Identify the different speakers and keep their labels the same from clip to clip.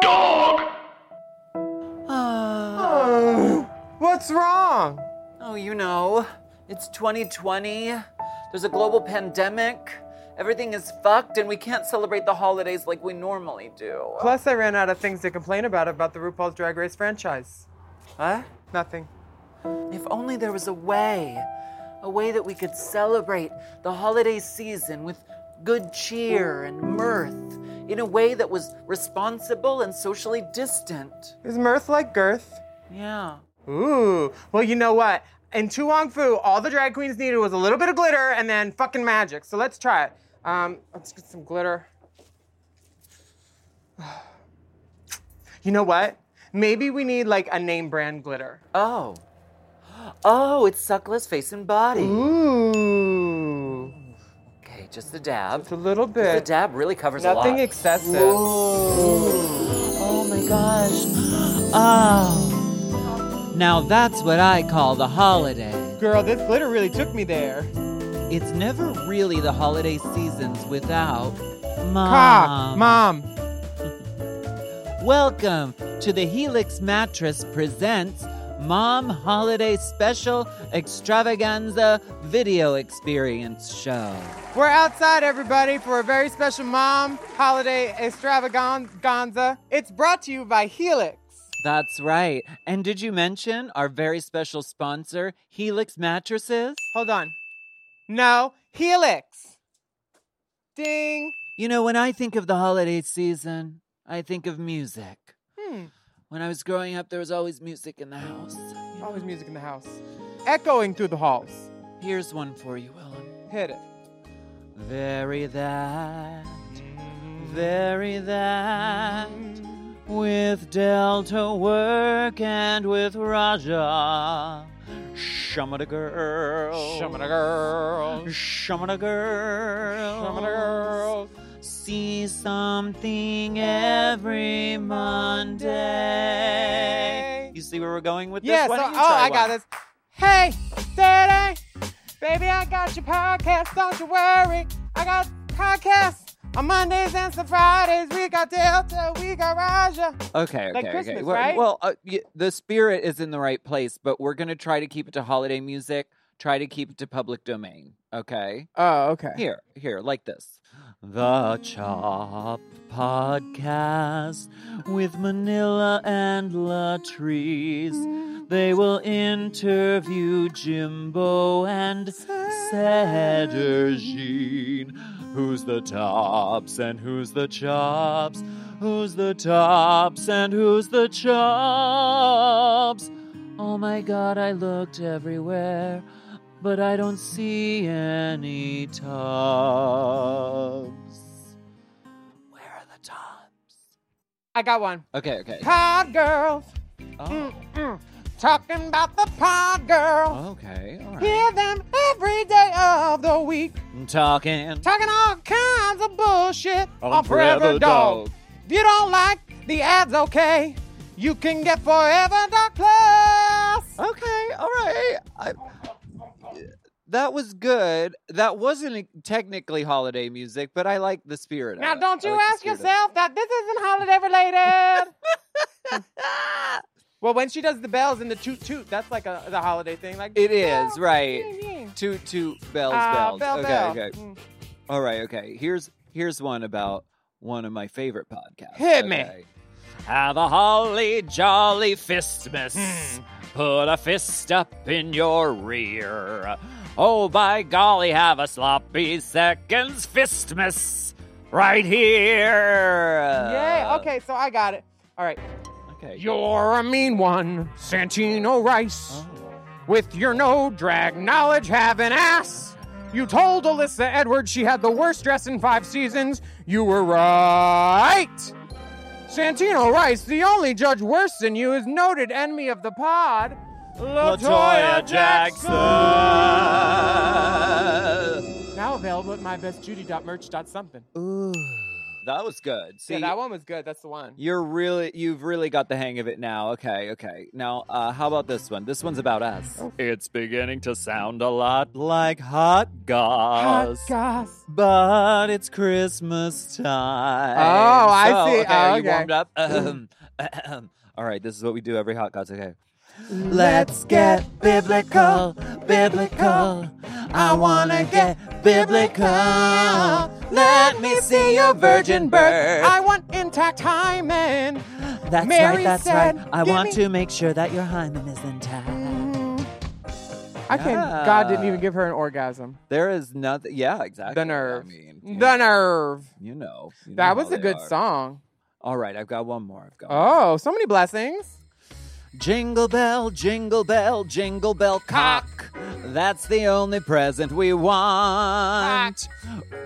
Speaker 1: Dog.
Speaker 2: Oh. What's wrong?
Speaker 3: Oh, you know, it's 2020. There's a global pandemic. Everything is fucked, and we can't celebrate the holidays like we normally do.
Speaker 2: Plus, I ran out of things to complain about about the RuPaul's Drag Race franchise.
Speaker 3: What?
Speaker 2: Nothing.
Speaker 3: If only there was a way, a way that we could celebrate the holiday season with good cheer and mirth in a way that was responsible and socially distant.
Speaker 2: Is mirth like girth?
Speaker 3: Yeah.
Speaker 2: Ooh. Well, you know what? In Tuong Fu, all the drag queens needed was a little bit of glitter and then fucking magic. So let's try it. Um, let's get some glitter. You know what? Maybe we need like a name brand glitter.
Speaker 3: Oh. Oh, it's Suckla's face and body.
Speaker 2: Ooh.
Speaker 3: Okay, just a dab.
Speaker 2: It's a little
Speaker 3: The
Speaker 2: bit.
Speaker 3: dab really covers a lot.
Speaker 2: Nothing excessive.
Speaker 3: Oh my gosh. Oh. Now that's what I call the holiday.
Speaker 2: Girl, this glitter really took me there.
Speaker 3: It's never really the holiday seasons without
Speaker 2: Ka,
Speaker 3: mom.
Speaker 2: mom.
Speaker 3: Welcome to the Helix Mattress presents Mom Holiday Special Extravaganza Video Experience Show.
Speaker 2: We're outside, everybody, for a very special mom holiday extravaganza. It's brought to you by Helix.
Speaker 3: That's right. And did you mention our very special sponsor, Helix Mattresses?
Speaker 2: Hold on. No, Helix. Ding.
Speaker 3: You know, when I think of the holiday season, I think of music.
Speaker 2: Hmm.
Speaker 3: When I was growing up, there was always music in the house.
Speaker 2: Always music in the house, echoing through the halls.
Speaker 3: Here's one for you, Willem.
Speaker 2: Hit it.
Speaker 3: Very that, very that. With Delta work and with Raja, Shamana girl,
Speaker 2: Shamana girls.
Speaker 3: Shamana girl,
Speaker 2: Shamana girls.
Speaker 3: See something every Monday. You see where we're going with this?
Speaker 2: Yeah, so,
Speaker 3: Why
Speaker 2: oh,
Speaker 3: don't you try
Speaker 2: I got
Speaker 3: one?
Speaker 2: this. Hey, Daddy, baby, I got your podcast, don't you worry. I got podcasts on Mondays and some Fridays. We got Delta, we got Raja.
Speaker 3: Okay, okay,
Speaker 2: Like
Speaker 3: okay.
Speaker 2: Christmas,
Speaker 3: well,
Speaker 2: right?
Speaker 3: well uh, y- the spirit is in the right place, but we're gonna try to keep it to holiday music. Try to keep it to public domain. Okay.
Speaker 2: Oh, okay.
Speaker 3: Here, here, like this. The Chop Podcast with Manila and Latrice. They will interview Jimbo and Cedar Jean. Who's the tops and who's the chops? Who's the tops and who's the chops? Oh my god, I looked everywhere, but I don't see any tubs. Where are the tubs?
Speaker 2: I got one.
Speaker 3: Okay, okay.
Speaker 2: Pod girls,
Speaker 3: Oh,
Speaker 2: mm, talking about the pod girls.
Speaker 3: okay, all right.
Speaker 2: Hear them every day of the week,
Speaker 3: I'm talking.
Speaker 2: talking all kinds of bullshit on
Speaker 3: Forever
Speaker 2: Forever Dog.
Speaker 3: Dog.
Speaker 2: If you don't like the ads, okay, you can get Forever Dog Plus.
Speaker 3: Okay, all right. I, that was good. That wasn't e, technically holiday music, but I like the spirit. of
Speaker 2: Now,
Speaker 3: it.
Speaker 2: don't
Speaker 3: I
Speaker 2: you
Speaker 3: like the
Speaker 2: ask
Speaker 3: spirit of it.
Speaker 2: yourself that this isn't holiday related. well, when she does the bells and the toot toot, that's like a the holiday thing. Like
Speaker 3: It is,
Speaker 2: Yeah,
Speaker 3: right.
Speaker 2: yeah.
Speaker 3: Toot toot bells,
Speaker 2: Ah,
Speaker 3: bells.
Speaker 2: bell,
Speaker 3: okay,
Speaker 2: bell.
Speaker 3: okay.
Speaker 2: Mm.
Speaker 3: All right, okay. Here's here's one about one of my favorite podcasts.
Speaker 2: Hit me.
Speaker 3: okay? Have a holly jolly fistmas.
Speaker 2: Hmm.
Speaker 3: Put a fist up in your rear. Oh, by golly, have a sloppy seconds fistmas right here.
Speaker 4: Yay. Okay, so I got it. All right.
Speaker 3: Okay.
Speaker 4: You're a mean one, Santino Rice.
Speaker 3: Oh.
Speaker 4: With your no drag knowledge, have an ass. You told Alyssa Edwards she had the worst dress in five seasons. You were right. Santino Rice, the only judge worse than you, is noted enemy of the pod,
Speaker 3: Latoya Jackson.
Speaker 4: Now available at mybestjudy.merch.something.
Speaker 3: That was good. See,
Speaker 4: Yeah, that one was good. That's the one.
Speaker 3: you're really, you've really got the hang of it now. Okay, okay. Now, uh, how about this one? This one's about us. It's beginning to sound a lot like hot
Speaker 4: Hot
Speaker 3: goss,
Speaker 4: goss.
Speaker 3: but it's Christmas time.
Speaker 4: Oh, I
Speaker 3: So,
Speaker 4: see.
Speaker 3: Okay,
Speaker 4: Oh,
Speaker 3: you
Speaker 4: okay.
Speaker 3: warmed up. Ahem, ahem. All right, this is what we do every hot goss. Okay.
Speaker 4: Let's get biblical, biblical.
Speaker 3: I wanna get biblical. Let me see your Oh, virgin birth.
Speaker 4: I want intact hymen.
Speaker 3: That's
Speaker 4: Mary
Speaker 3: right, that's
Speaker 4: said,
Speaker 3: right. I
Speaker 4: "Give
Speaker 3: want
Speaker 4: me-"
Speaker 3: to make sure that your hymen is intact.
Speaker 4: Mm-hmm. I can't.
Speaker 3: Yeah.
Speaker 4: God didn't even give her an orgasm.
Speaker 3: There is nothing. Yeah, exactly.
Speaker 4: The nerve.
Speaker 3: I mean, you
Speaker 4: the nerve.
Speaker 3: You know. you know
Speaker 4: That was
Speaker 3: how
Speaker 4: a
Speaker 3: they
Speaker 4: good
Speaker 3: are.
Speaker 4: song.
Speaker 3: All right, I've got one more. I've got one more.
Speaker 4: Oh, so many blessings.
Speaker 3: Jingle bell, jingle bell, jingle bell cock. That's the only present we want.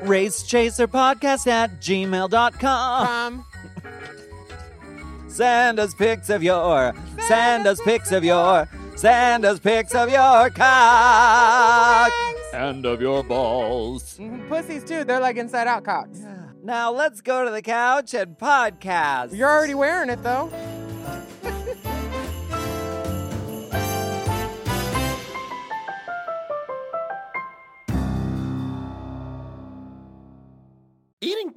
Speaker 3: Race Chaser Podcast at gmail.com.
Speaker 4: Um,
Speaker 3: Send us pics of your, send us pics of your, send us pics of your cock. And of your balls.
Speaker 4: mhm, pussies too. They're like inside out cocks.
Speaker 3: Now let's go to the couch and podcast.
Speaker 4: You're already wearing it though.
Speaker 1: Eating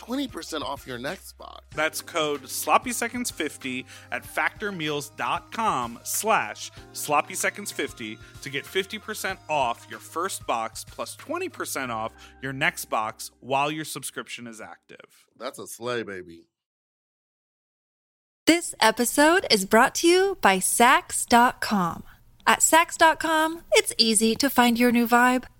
Speaker 1: 20% off your next box.
Speaker 5: That's code sloppy seconds 50 at factormeals.com slash sloppy seconds 50 to get 50% off your first box plus 20% off your next box while your subscription is active.
Speaker 1: That's a sleigh, baby.
Speaker 6: This episode is brought to you by Sax.com. At Sax.com, it's easy to find your new vibe.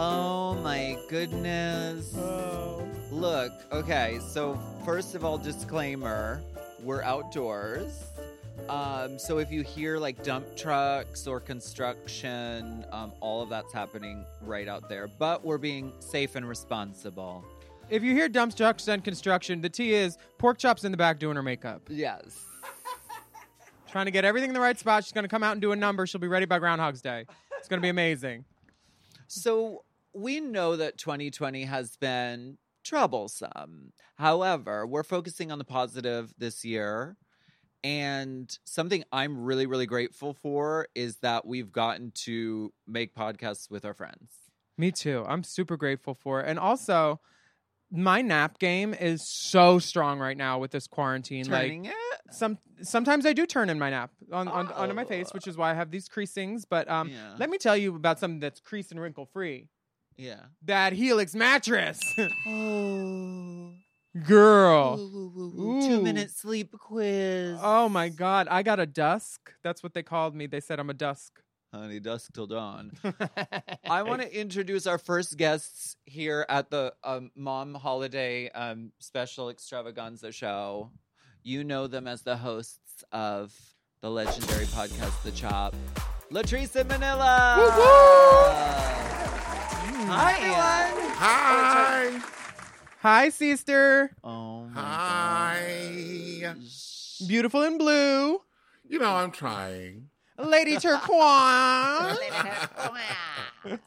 Speaker 3: Oh my goodness. Look, okay, so first of all, disclaimer we're outdoors. Um, so if you hear like dump trucks or construction, um, all of that's happening right out there, but we're being safe and responsible.
Speaker 4: If you hear dump trucks and construction, the tea is pork chops in the back doing her makeup,
Speaker 3: Yes.
Speaker 4: trying to get everything in the right spot. She's gonna come out and do a number. She'll be ready by Groundhog's Day. It's gonna be amazing.
Speaker 3: So we know that 2020 has been troublesome. However, we're focusing on the positive this year. And something I'm really, really grateful for is that we've gotten to make podcasts with our friends.
Speaker 4: Me too. I'm super grateful for it. And also, my nap game is so strong right now with this quarantine.
Speaker 3: Turning
Speaker 4: like
Speaker 3: it?
Speaker 4: some sometimes I do turn in my nap on, on onto my face, which is why I have these creasings. But um,
Speaker 3: Oh. Yeah.
Speaker 4: let me tell you about something that's crease and wrinkle free.
Speaker 3: Yeah.
Speaker 4: That Helix mattress,
Speaker 3: Oh.
Speaker 4: girl. Ooh.
Speaker 3: Two minute sleep quiz.
Speaker 4: Oh my god, I got a dusk. That's what they called me. They said I'm a dusk.
Speaker 3: Honey, dusk till dawn. I want to introduce our first guests here at the um, Mom Holiday um, Special Extravaganza Show. You know them as the hosts of the legendary podcast, The Chop, Latrice and Manila. Hi, everyone.
Speaker 2: Hi.
Speaker 4: Hi, sister.
Speaker 3: Oh my
Speaker 2: Hi.
Speaker 3: gosh.
Speaker 4: Beautiful in blue,
Speaker 2: You know, I'm trying.
Speaker 4: Lady Turquoise.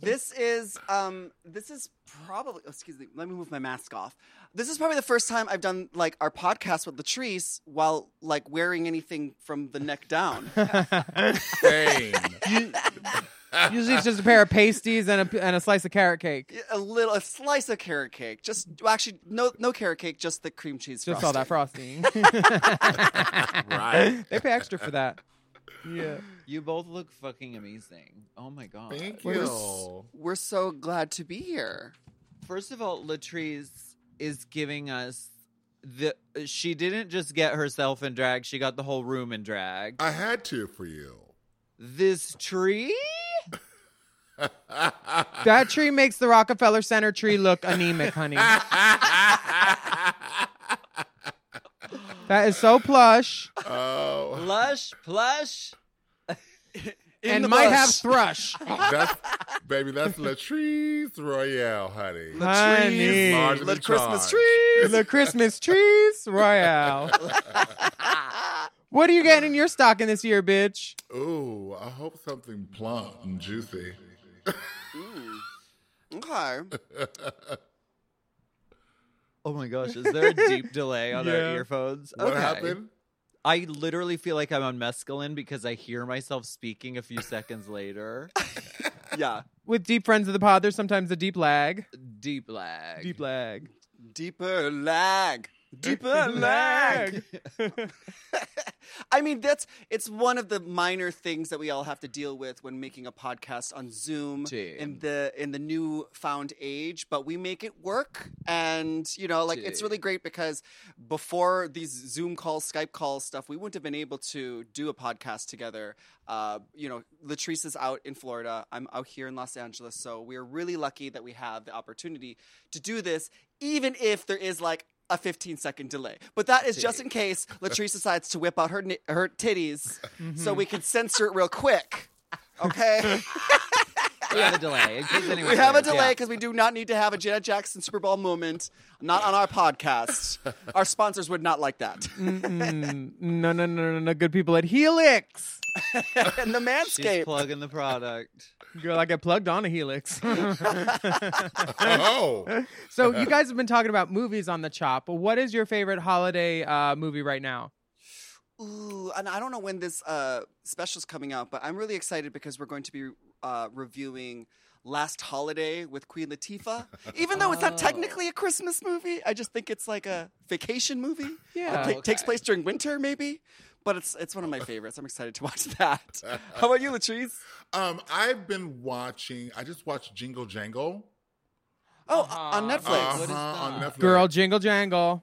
Speaker 7: This is um this is probably oh, excuse me, let me move my mask off. This is probably the first time I've done like our podcast with Latrice while like wearing anything from the neck down.
Speaker 2: Same.
Speaker 4: Usually it's just a pair of pasties and a, and a slice of carrot cake.
Speaker 7: a little a slice of carrot cake. Just well, actually no no carrot cake, just the cream cheese
Speaker 4: Just
Speaker 7: frosting.
Speaker 4: all that frosting.
Speaker 2: right.
Speaker 4: they pay extra for that. Yeah.
Speaker 3: You both look fucking amazing. Oh my god.
Speaker 2: Thank
Speaker 7: We're,
Speaker 2: you.
Speaker 7: we're so glad to be here.
Speaker 3: First of all, Latrice is giving us the. She didn't just get herself in drag; she got the whole room in drag.
Speaker 8: I had to for you.
Speaker 3: this tree.
Speaker 4: That tree makes the Rockefeller Center tree look anemic, honey. That is so plush
Speaker 8: Oh,
Speaker 3: Plush, plush.
Speaker 7: In
Speaker 4: and
Speaker 7: the
Speaker 4: might
Speaker 7: bush.
Speaker 4: have thrush.
Speaker 8: that's baby. That's Latrice Royale, honey.
Speaker 4: Honey.
Speaker 8: Large
Speaker 7: the
Speaker 8: and
Speaker 7: Christmas
Speaker 8: charged.
Speaker 7: trees.
Speaker 4: the Christmas trees royale. What are you getting in your stocking this year, bitch?
Speaker 8: Ooh, I hope something plump and juicy.
Speaker 7: Hmm. Okay.
Speaker 3: Oh my gosh! Is there a deep delay on
Speaker 4: Yeah.
Speaker 3: our earphones?
Speaker 8: What happened?
Speaker 3: I literally feel like I'm on mescaline because I hear myself speaking a few seconds later.
Speaker 7: Yeah.
Speaker 4: With deep friends of the pod, there's sometimes a deep lag.
Speaker 3: Deep lag.
Speaker 4: Deep lag.
Speaker 7: Deeper lag. Deeper lag. I mean, that's it's one of the minor things that we all have to deal with when making a podcast on Zoom
Speaker 3: Gee.
Speaker 7: in the in the new found age, but we make it work. And you know, like it's really great because before these Zoom calls, Skype calls, stuff, we wouldn't have been able to do a podcast together. Uh, you know, Latrice is out in Florida. I'm out here in Los Angeles, so we're really lucky that we have the opportunity to do this, even if there is like a 15 second delay. But that is just in case Latrice decides to whip out her ni- her titties so we can censor it real quick. Okay?
Speaker 3: We have a delay. in case
Speaker 7: we
Speaker 3: anyone's
Speaker 7: have a
Speaker 3: curious.
Speaker 7: delay
Speaker 3: Yeah.
Speaker 7: because we do not need to have a Janet Jackson Super Bowl moment, not on our podcast. our sponsors would not like that.
Speaker 4: No, no, no, no, no. Good people at Helix.
Speaker 7: and the
Speaker 3: She's
Speaker 7: Manscaped.
Speaker 3: plugging the product.
Speaker 4: Girl, I get plugged on a Helix.
Speaker 8: Oh,
Speaker 4: So you guys have been talking about movies on the chop. What is your favorite holiday uh, movie right now?
Speaker 7: Ooh, and I don't know when this uh, special's coming out, but I'm really excited because we're going to be uh, reviewing Last Holiday with Queen Latifah. Even though it's not technically a Christmas movie, I just think it's like a vacation movie.
Speaker 4: Yeah.
Speaker 7: It pla- takes place during winter, maybe. But it's it's one of my favorites. I'm excited to watch that. How about you, Latrice?
Speaker 8: Um, I've been watching. I just watched Jingle Jangle
Speaker 7: Oh, on Netflix.
Speaker 8: Uh-huh, on Netflix.
Speaker 4: Girl Jingle Jangle.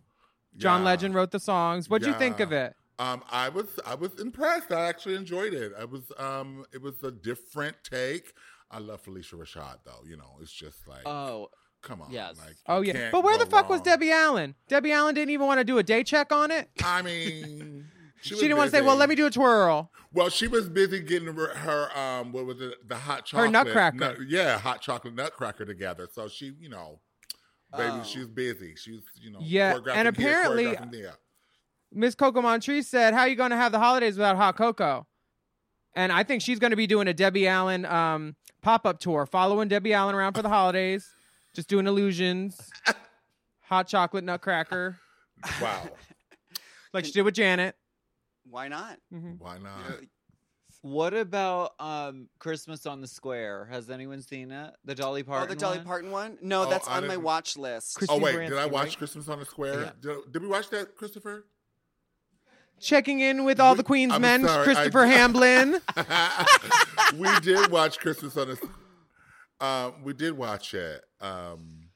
Speaker 4: John
Speaker 8: Yeah.
Speaker 4: Legend wrote the songs. What'd you think
Speaker 8: Yeah.
Speaker 4: of it?
Speaker 8: Um, I was I was impressed. I actually enjoyed it. I was um, it was a different take. I love Felicia Rashad though. You know, it's just like,
Speaker 3: Oh,
Speaker 8: come on,
Speaker 3: yes.
Speaker 8: Like,
Speaker 4: Oh
Speaker 8: you
Speaker 4: yeah.
Speaker 8: can't
Speaker 4: But where
Speaker 8: go
Speaker 4: the fuck was
Speaker 8: wrong.
Speaker 4: Debbie Allen? Debbie Allen didn't even want to do a day check on it.
Speaker 8: I mean,
Speaker 4: She didn't want to say, "Well, let me do a twirl."
Speaker 8: Well, she was busy getting her, her um, what was it, the hot
Speaker 4: Her
Speaker 8: chocolate,
Speaker 4: nutcracker.
Speaker 8: nut- yeah, hot chocolate nutcracker together. So she, you know, baby,
Speaker 7: Oh.
Speaker 8: she's busy. She's, you know,
Speaker 4: Yeah,
Speaker 8: choreographing
Speaker 4: and
Speaker 8: here,
Speaker 4: apparently-
Speaker 8: choreographing there.
Speaker 4: Miss Coco Montrese said, "How are you going to have the holidays without hot cocoa?" And I think she's going to be doing a Debbie Allen um, pop-up tour, following Debbie Allen around for the holidays, just doing illusions, hot chocolate nutcracker,
Speaker 8: Wow,
Speaker 4: like she did with Janet.
Speaker 7: Why not?
Speaker 4: Mm-hmm.
Speaker 3: Mm-hmm.
Speaker 8: why not?
Speaker 3: What about um Christmas on the Square? Has anyone seen it? The Dolly
Speaker 7: oh,
Speaker 3: Parton.
Speaker 7: the Dolly
Speaker 3: one?
Speaker 7: Parton one? No,
Speaker 8: Oh,
Speaker 7: that's
Speaker 8: I
Speaker 7: on my
Speaker 8: didn't-
Speaker 7: watch list.
Speaker 4: Christine
Speaker 8: Oh wait, did
Speaker 4: Baranski,
Speaker 8: I watch
Speaker 4: right?
Speaker 8: Christmas on the Square? Did, did we watch that, Christopher?
Speaker 4: Checking in with all the
Speaker 8: We-
Speaker 4: Queen's
Speaker 8: I'm
Speaker 4: men,
Speaker 8: sorry, I-
Speaker 4: Christopher Hamblin.
Speaker 8: we did watch Christmas on the. Square. Um, we did watch it. Um,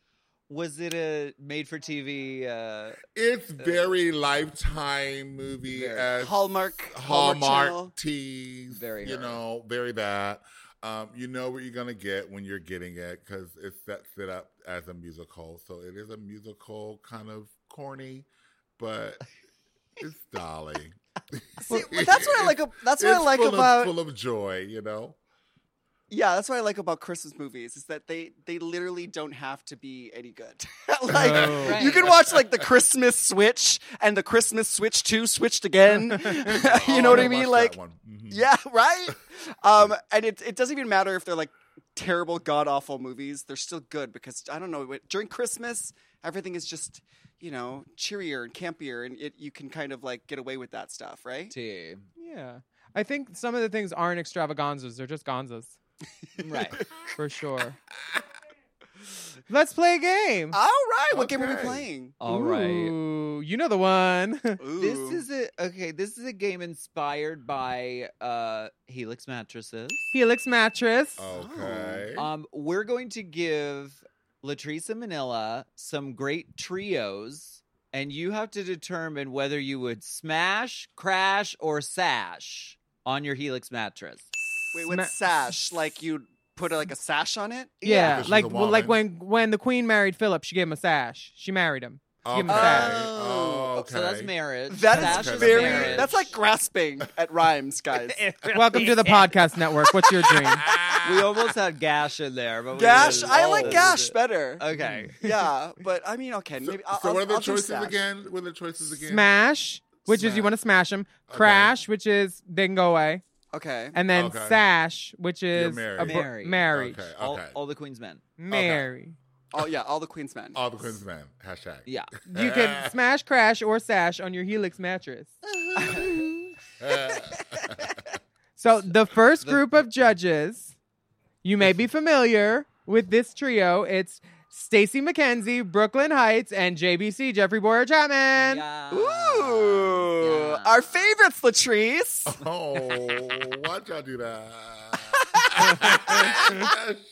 Speaker 3: Was it a made-for-TV? Uh,
Speaker 8: it's very lifetime movie
Speaker 3: Very.
Speaker 8: as
Speaker 7: Hallmark.
Speaker 8: Hallmark
Speaker 7: Channel.
Speaker 8: tees.
Speaker 3: Very
Speaker 8: you
Speaker 3: her.
Speaker 8: know, very that. Um, you know what you're gonna get when you're getting it because it sets it up as a musical. So it is a musical kind of corny, but it's Dolly.
Speaker 7: See, that's what I like. ab- That's what I
Speaker 8: It's
Speaker 7: like
Speaker 8: full
Speaker 7: about.
Speaker 8: of, full of joy. You know,
Speaker 7: Yeah, that's what I like about Christmas movies is that they they literally don't have to be any good. like you can watch like the Christmas Switch and the Christmas Switch Two switched again. you know what I mean? Like yeah, right? um, and it it doesn't even matter if they're like terrible, god awful movies. They're still good because I don't know what- during Christmas everything is just you know cheerier and campier, and it you can kind of like get away with that stuff, right?
Speaker 3: tea.
Speaker 4: yeah, I think some of the things aren't extravaganzas; they're just gonzas
Speaker 3: Right.
Speaker 4: for sure. Let's play a game.
Speaker 7: All
Speaker 3: Oh.
Speaker 7: right, what game are we
Speaker 8: Okay.
Speaker 7: playing?
Speaker 3: All right.
Speaker 4: Ooh, you know the one.
Speaker 3: This
Speaker 7: Ooh.
Speaker 3: is a okay. This is a game inspired by uh, Helix mattresses.
Speaker 4: Helix mattress.
Speaker 8: Okay.
Speaker 3: Um, we're going to give Latrice and Manila some great trios, and you have to determine whether you would smash, crash, or sash on your Helix mattress.
Speaker 7: Wait, what
Speaker 4: Sma-
Speaker 7: sash? Like you put like a sash on it?
Speaker 4: Yeah,
Speaker 8: Because she's
Speaker 4: like
Speaker 8: a
Speaker 4: well, like
Speaker 8: woman.
Speaker 4: when when the queen married Philip, she gave him a sash. She married him.
Speaker 8: okay.
Speaker 4: give him that.
Speaker 8: Oh, okay.
Speaker 3: So that's marriage.
Speaker 7: That
Speaker 3: Sash
Speaker 7: is
Speaker 8: Sash is
Speaker 7: very.
Speaker 3: marriage.
Speaker 7: That's like grasping at rhymes, guys.
Speaker 4: Welcome to the podcast network. What's your dream?
Speaker 3: we almost had gash in there, but we
Speaker 7: gash.
Speaker 3: didn't.
Speaker 7: I
Speaker 3: Oh.
Speaker 7: like gash better.
Speaker 3: Okay.
Speaker 7: Yeah, but I mean, okay, maybe. I'll,
Speaker 8: so
Speaker 7: I'll,
Speaker 8: what are the
Speaker 7: I'll do
Speaker 8: choices
Speaker 7: sash.
Speaker 8: again? What are the choices again?
Speaker 4: Smash, which is you
Speaker 8: Smash.
Speaker 4: want to smash him. Crash, which is they can go away,
Speaker 7: Okay.
Speaker 4: and then
Speaker 8: Okay.
Speaker 4: sash, which is
Speaker 8: married.
Speaker 4: a bro-
Speaker 3: Married.
Speaker 4: marriage.
Speaker 8: Okay.
Speaker 3: All,
Speaker 8: Okay.
Speaker 3: all the Queen's men.
Speaker 4: Marry.
Speaker 7: Oh yeah, all the Queen's men.
Speaker 8: All the Queen's men. Hashtag.
Speaker 3: Yeah.
Speaker 4: You can smash, crash, or sash on your Helix mattress. So the first group of judges, you may be familiar with this trio. It's Stacy McKenzie, Brooklyn Heights, and JBC Jeffrey Boyer Chapman.
Speaker 3: Yeah.
Speaker 7: Ooh,
Speaker 3: Yeah.
Speaker 7: our favorites, Latrice.
Speaker 8: oh, why'd y'all do that?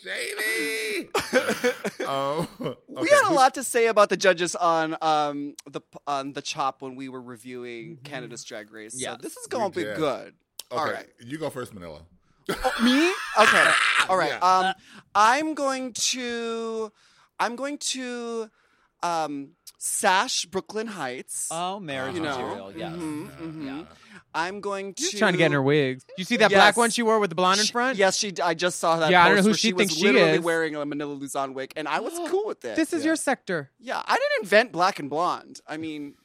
Speaker 8: Shady. um,
Speaker 7: We had a lot to say about the judges on um the on the chop when we were reviewing Canada's Drag Race.
Speaker 3: Yeah.
Speaker 7: so this is going to be
Speaker 8: did.
Speaker 7: good.
Speaker 8: Okay,
Speaker 7: All right. Oh,
Speaker 8: you go first, Manila.
Speaker 7: Me? Okay. All right.
Speaker 8: Yeah.
Speaker 7: Um, I'm going to, I'm going to, um, sash Brooklyn Heights.
Speaker 3: Oh, marriage
Speaker 7: You know.
Speaker 3: material. Yes.
Speaker 7: Mhm, mhm. I'm going to.
Speaker 4: She's trying to get in her wigs. You see that black
Speaker 7: Yes.
Speaker 4: one she wore with the blonde in
Speaker 7: She-
Speaker 4: front?
Speaker 7: Yes, she. d- I just saw that.
Speaker 4: Yeah, I don't know
Speaker 7: post
Speaker 4: who
Speaker 7: where
Speaker 4: she
Speaker 7: she
Speaker 4: thinks
Speaker 7: was
Speaker 4: she
Speaker 7: literally
Speaker 4: is.
Speaker 7: wearing a Manila Luzon wig, and I was cool with it.
Speaker 4: This is your sector.
Speaker 7: Yeah, I didn't invent black and blonde. I mean,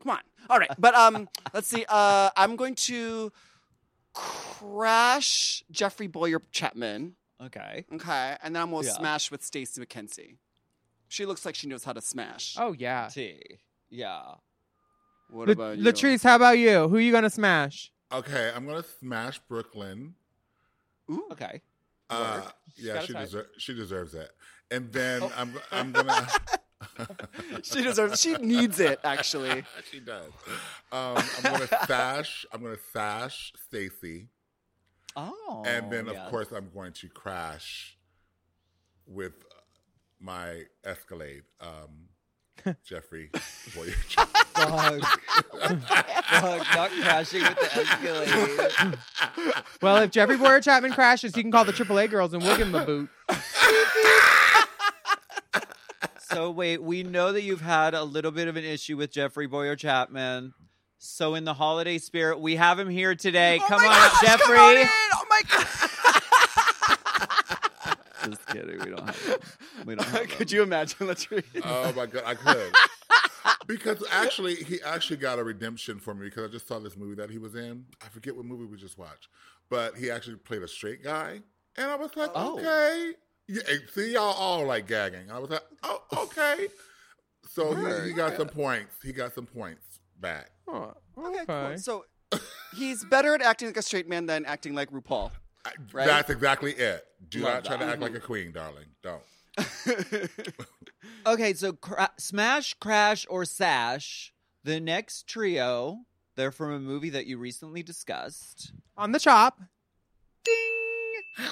Speaker 7: come on. All right, but um, let's see. Uh, I'm going to crash Jeffrey Boyer Chapman.
Speaker 3: Okay.
Speaker 7: Okay, and then I'm gonna
Speaker 3: Yeah.
Speaker 7: smash with Stacey McKenzie. She looks like she knows how to smash.
Speaker 4: Oh yeah.
Speaker 3: T. Yeah.
Speaker 7: What
Speaker 4: La-
Speaker 7: about you?
Speaker 4: Latrice, how about you? Who are you gonna smash?
Speaker 8: Okay, I'm gonna smash Brooklyn.
Speaker 7: Ooh,
Speaker 3: Okay.
Speaker 8: Uh,
Speaker 7: Work.
Speaker 8: yeah,
Speaker 7: Gotta
Speaker 8: she
Speaker 7: try. Oh.
Speaker 8: deserves she deserves that. And then I'm I'm gonna.
Speaker 7: she deserves. She needs it actually.
Speaker 8: she does. Um, I'm gonna sash. I'm gonna sash Stacy.
Speaker 3: Oh.
Speaker 8: and then of
Speaker 3: yes.
Speaker 8: course I'm going to crash with my Escalade, um, Jeffrey Voyager.
Speaker 3: Fuck, not crashing with the Escalade.
Speaker 2: Well, if Jeffrey Boyer Chapman crashes, he can call the AAA girls and we'll give him a boot.
Speaker 3: So wait, we know that you've had a little bit of an issue with Jeffrey Boyer Chapman. So in the holiday spirit, we have him here today. come, on up, Jeffrey.
Speaker 7: Oh my god!
Speaker 3: Oh Just kidding. We don't have him. We don't have him.
Speaker 7: Could you imagine? Let's read.
Speaker 8: oh my god, I could. Because actually, he actually got a redemption for me because I just saw this movie that he was in. I forget what movie we just watched, but he actually played a straight guy, and I was like,
Speaker 3: Oh.
Speaker 8: okay, yeah, and see y'all all like gagging. I was like, oh, okay. So he, he got some points. He got some points back.
Speaker 2: Oh,
Speaker 7: Okay, cool. So he's better at acting like a straight man than acting like RuPaul. Right?
Speaker 8: That's exactly it. Do
Speaker 7: Love
Speaker 8: not try
Speaker 7: that.
Speaker 8: to act like a queen, darling. Don't.
Speaker 3: Okay, so cra- Smash, Crash, or Sash, the next trio, they're from a movie that you recently discussed.
Speaker 2: On the chop.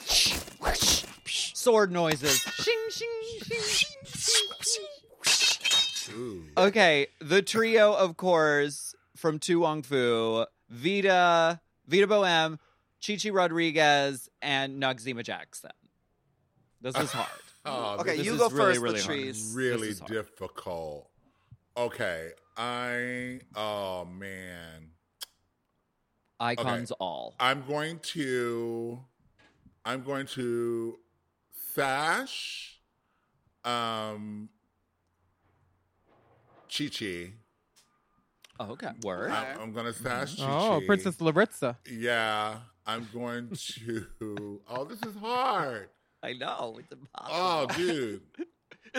Speaker 3: Sword noises. Shing, shing, shing, shing, shing, shing. Okay, the trio, of course, from Tu Wong Fu, Vita, Vita Bohem, Chichi Rodriguez, and Noxzema Jackson. This is hard.
Speaker 8: Oh,
Speaker 7: Okay,
Speaker 8: this
Speaker 7: you
Speaker 8: is
Speaker 7: go
Speaker 3: really,
Speaker 7: first,
Speaker 3: really hard.
Speaker 7: Latrice.
Speaker 8: really
Speaker 3: is hard.
Speaker 8: difficult. Okay, I oh man,
Speaker 3: Icons all.
Speaker 8: I'm going to, I'm going to sash, um, Chi Chi.
Speaker 3: Oh, okay, word.
Speaker 8: I'm, I'm gonna sash Chi Chi.
Speaker 2: Oh, Princess Laritza.
Speaker 8: Yeah, I'm going to. oh, this is hard.
Speaker 3: I know. It's
Speaker 8: Oh,
Speaker 3: impossible.
Speaker 8: dude.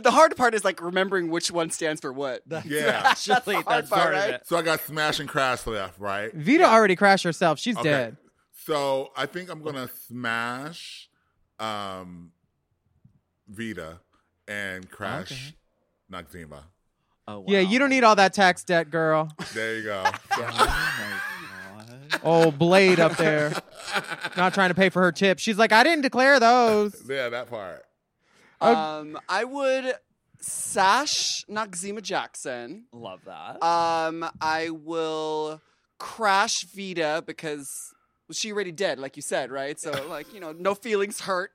Speaker 7: The hard part is like remembering which one stands for what.
Speaker 8: Yeah.
Speaker 3: Actually, that's,
Speaker 7: hard part,
Speaker 3: part of
Speaker 7: right?
Speaker 3: it.
Speaker 8: So I got smash and crash left, right?
Speaker 2: Vita already crashed herself. She's
Speaker 8: Okay.
Speaker 2: dead.
Speaker 8: So I think I'm gonna smash um Vita and crash Noxzema.
Speaker 3: Oh, wow.
Speaker 2: Yeah, you don't need all that tax debt, girl.
Speaker 8: There you go.
Speaker 3: Oh, my God.
Speaker 2: Oh, Blade up there. Not trying to pay for her tip. She's like, I didn't declare those.
Speaker 8: yeah, that part.
Speaker 7: Um, I would sash Noxzema Jackson.
Speaker 3: Love that.
Speaker 7: Um, I will crash Vita because well, she already dead, like you said, right? So like you know, no feelings hurt.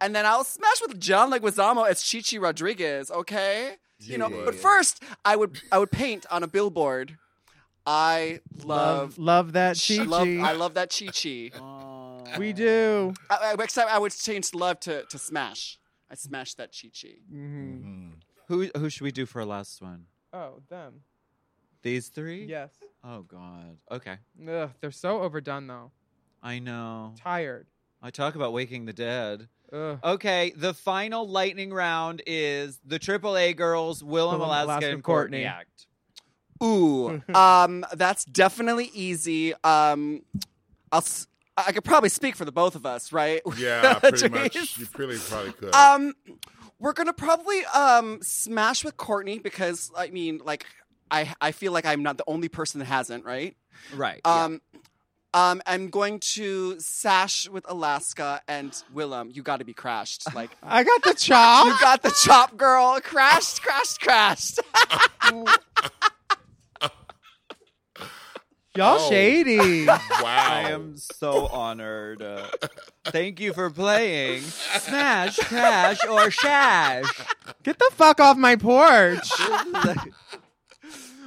Speaker 7: And then I'll smash with John Leguizamo as Chichi Rodriguez. Okay, you know. But
Speaker 8: Yeah.
Speaker 7: first, I would I would paint on a billboard. I love.
Speaker 2: Love, love that
Speaker 7: I
Speaker 2: Chi
Speaker 7: love, I
Speaker 2: Chi.
Speaker 7: love that Chi Chi.
Speaker 2: We do.
Speaker 7: I, I, except I would change love to, to smash. I smash that Chi Chi.
Speaker 8: Mm-hmm.
Speaker 3: Who who should we do for a last one?
Speaker 2: Oh, them.
Speaker 3: These three?
Speaker 2: Yes.
Speaker 3: Oh God. Okay.
Speaker 2: Ugh, they're so overdone though.
Speaker 3: I know.
Speaker 2: Tired.
Speaker 3: I talk about waking the dead.
Speaker 2: Ugh.
Speaker 3: Okay, the final lightning round is the AAA girls, Willem,
Speaker 2: Willem,
Speaker 3: Alaska,
Speaker 2: Alaska,
Speaker 3: and
Speaker 2: and
Speaker 3: Courtney.
Speaker 2: Courtney.
Speaker 3: Act.
Speaker 7: Ooh, um, that's definitely easy. Um, I'll s- I could probably speak for the both of us, right?
Speaker 8: Yeah, pretty much.
Speaker 7: Jeez.
Speaker 8: You pretty probably could.
Speaker 3: Uh,
Speaker 7: Um, we're gonna probably um smash with Courtney because I mean, like, I I feel like I'm not the only person that hasn't, right?
Speaker 3: Right. yeah.
Speaker 7: Um, um, I'm going to sash with Alaska and Willem. You got to be crashed, like.
Speaker 2: I got the chop.
Speaker 7: You got the chop, girl. Crashed, crashed, crashed.
Speaker 2: Y'all
Speaker 8: Oh.
Speaker 2: shady.
Speaker 8: wow.
Speaker 3: I am so honored. Uh, thank you for playing Smash, Crash, or Shash.
Speaker 2: Get the fuck off my porch.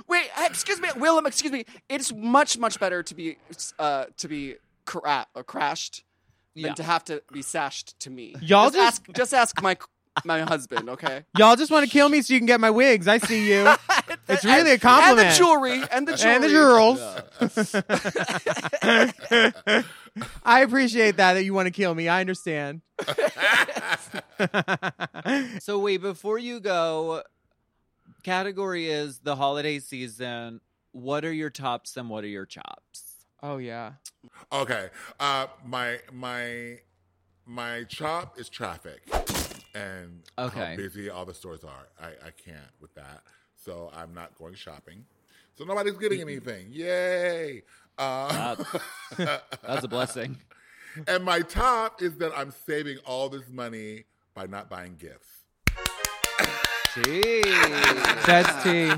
Speaker 7: Wait, excuse me, Willem. Excuse me. It's much much better to be uh to be cra- or crashed
Speaker 3: Yeah.
Speaker 7: than to have to be sashed to me.
Speaker 2: Y'all
Speaker 7: just, ask just ask my my husband, okay?
Speaker 2: Y'all just want to kill me so you can get my wigs. I see you. It's really a compliment.
Speaker 7: And the jewelry and the jewelry.
Speaker 2: And the girls. I appreciate that that you want to kill me. I understand.
Speaker 3: So wait, before you go, category is the holiday season. What are your tops and what are your chops?
Speaker 2: Oh yeah.
Speaker 8: Okay. Uh, my my my chop is traffic and
Speaker 3: Okay.
Speaker 8: how busy all the stores are. I, I can't with that. So I'm not going shopping. So nobody's getting anything. Yay. Uh,
Speaker 3: That's- that's a blessing.
Speaker 8: And my top is that I'm saving all this money by not buying gifts.
Speaker 4: That's tea.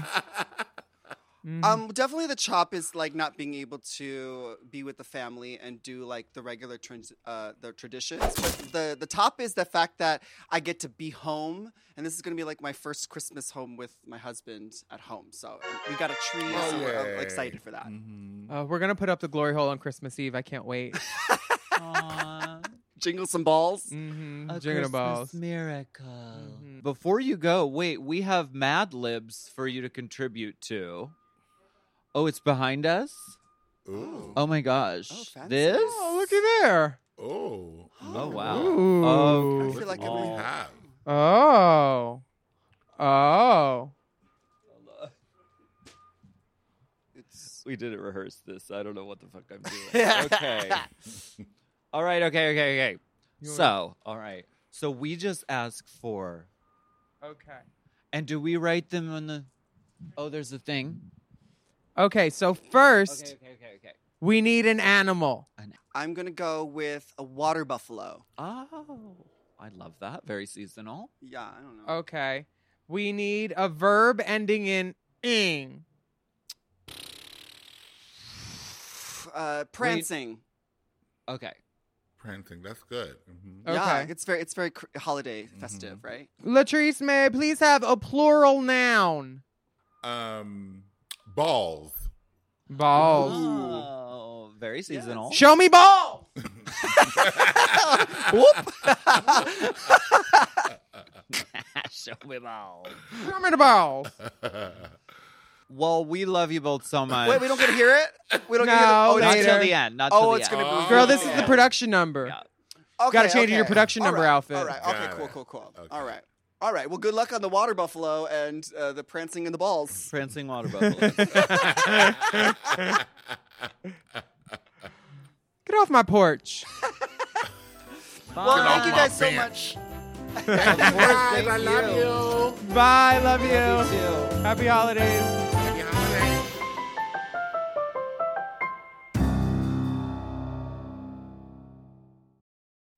Speaker 7: Um, definitely the chop is like not being able to be with the family and do like the regular trans- uh, the traditions. But the the top is the fact that I get to be home, and this is gonna be like my first Christmas home with my husband at home. So we got a tree. so we're, uh,
Speaker 8: yay.
Speaker 7: excited for that.
Speaker 4: Uh, we're gonna put up the glory hole on Christmas Eve. I can't wait.
Speaker 3: Mm-hmm.
Speaker 7: Jingle some balls.
Speaker 3: Mm.
Speaker 4: Mm-hmm. Jingle Mm-hmm. balls.
Speaker 3: miracle. Before you go, wait, we have Mad Libs for you to contribute to. Oh, it's behind us?
Speaker 8: Ooh.
Speaker 3: Oh my gosh.
Speaker 7: Oh, fancy.
Speaker 3: this?
Speaker 4: Oh, looky there.
Speaker 8: Oh.
Speaker 3: Oh, wow.
Speaker 4: Ooh.
Speaker 3: Oh,
Speaker 7: I feel like
Speaker 8: What do we
Speaker 7: every-
Speaker 8: have?
Speaker 4: Oh. Oh.
Speaker 7: it's
Speaker 3: we didn't rehearse this. I don't know what the fuck I'm doing. okay. all right, okay, okay, okay.
Speaker 4: You wanna-
Speaker 3: So, all right. So we just ask for
Speaker 4: Okay.
Speaker 3: and do we write them on the Oh, there's a thing.
Speaker 4: Okay. So first,
Speaker 3: Okay, okay, okay, okay.
Speaker 4: we need an animal.
Speaker 7: I'm gonna go with a water buffalo.
Speaker 3: Oh, I love that. Very seasonal.
Speaker 7: Yeah, I don't know.
Speaker 4: Okay. We need a verb ending in ing.
Speaker 7: Uh, prancing.
Speaker 3: Okay.
Speaker 8: Prancing. That's good. hmm
Speaker 4: Okay.
Speaker 7: Yeah, it's very it's very cr- holiday
Speaker 3: Mm-hmm.
Speaker 7: festive, right?
Speaker 4: Latrice, may I please have a plural noun?
Speaker 8: Um, balls.
Speaker 4: Balls.
Speaker 3: Oh, very seasonal.
Speaker 4: Show me balls.
Speaker 3: Show me all.
Speaker 4: Show me the balls.
Speaker 3: Well, we love you both so much.
Speaker 7: Wait, we don't get to hear it. Eh, We don't get to hear
Speaker 4: No,
Speaker 7: it.
Speaker 3: oh, not till
Speaker 4: later.
Speaker 3: the end. Not till
Speaker 7: Oh,
Speaker 3: the
Speaker 7: it's
Speaker 3: end.
Speaker 7: gonna be
Speaker 8: Oh.
Speaker 4: Girl, this is
Speaker 7: Yeah.
Speaker 4: the production number.
Speaker 3: Yeah.
Speaker 4: gotta
Speaker 7: Okay,
Speaker 4: change your
Speaker 7: okay.
Speaker 4: production
Speaker 7: All
Speaker 4: number
Speaker 7: right,
Speaker 4: outfit.
Speaker 7: All right. Okay.
Speaker 8: Got
Speaker 7: Cool.
Speaker 8: it.
Speaker 7: Cool. Cool.
Speaker 8: Okay.
Speaker 7: All right. All right. Well, good luck on the water buffalo and uh, the prancing and the balls.
Speaker 3: Prancing water buffalo.
Speaker 4: Get off my porch.
Speaker 7: Well, thank you
Speaker 8: my
Speaker 7: guys so much.
Speaker 8: bench. Guys, I love you.
Speaker 4: Bye. Love you.
Speaker 3: Too.
Speaker 4: Happy holidays.
Speaker 8: Happy holidays.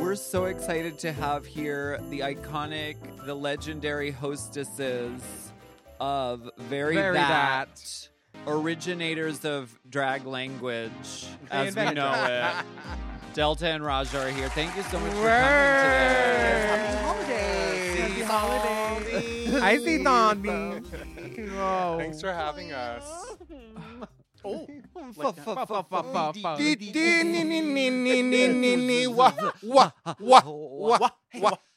Speaker 3: We're so excited to have here the iconic, the legendary hostesses of Very,
Speaker 4: Very
Speaker 3: that, originators of drag language as we
Speaker 4: invented
Speaker 3: know
Speaker 4: drag.
Speaker 3: it. Delta and Raj are here. Thank you so much for coming today.
Speaker 4: Word.
Speaker 7: Happy holidays.
Speaker 4: I see zombie. Oh.
Speaker 9: Thanks for having us. Oh.
Speaker 3: Fuh, fuh, fuh, fuh, fuh, fuh.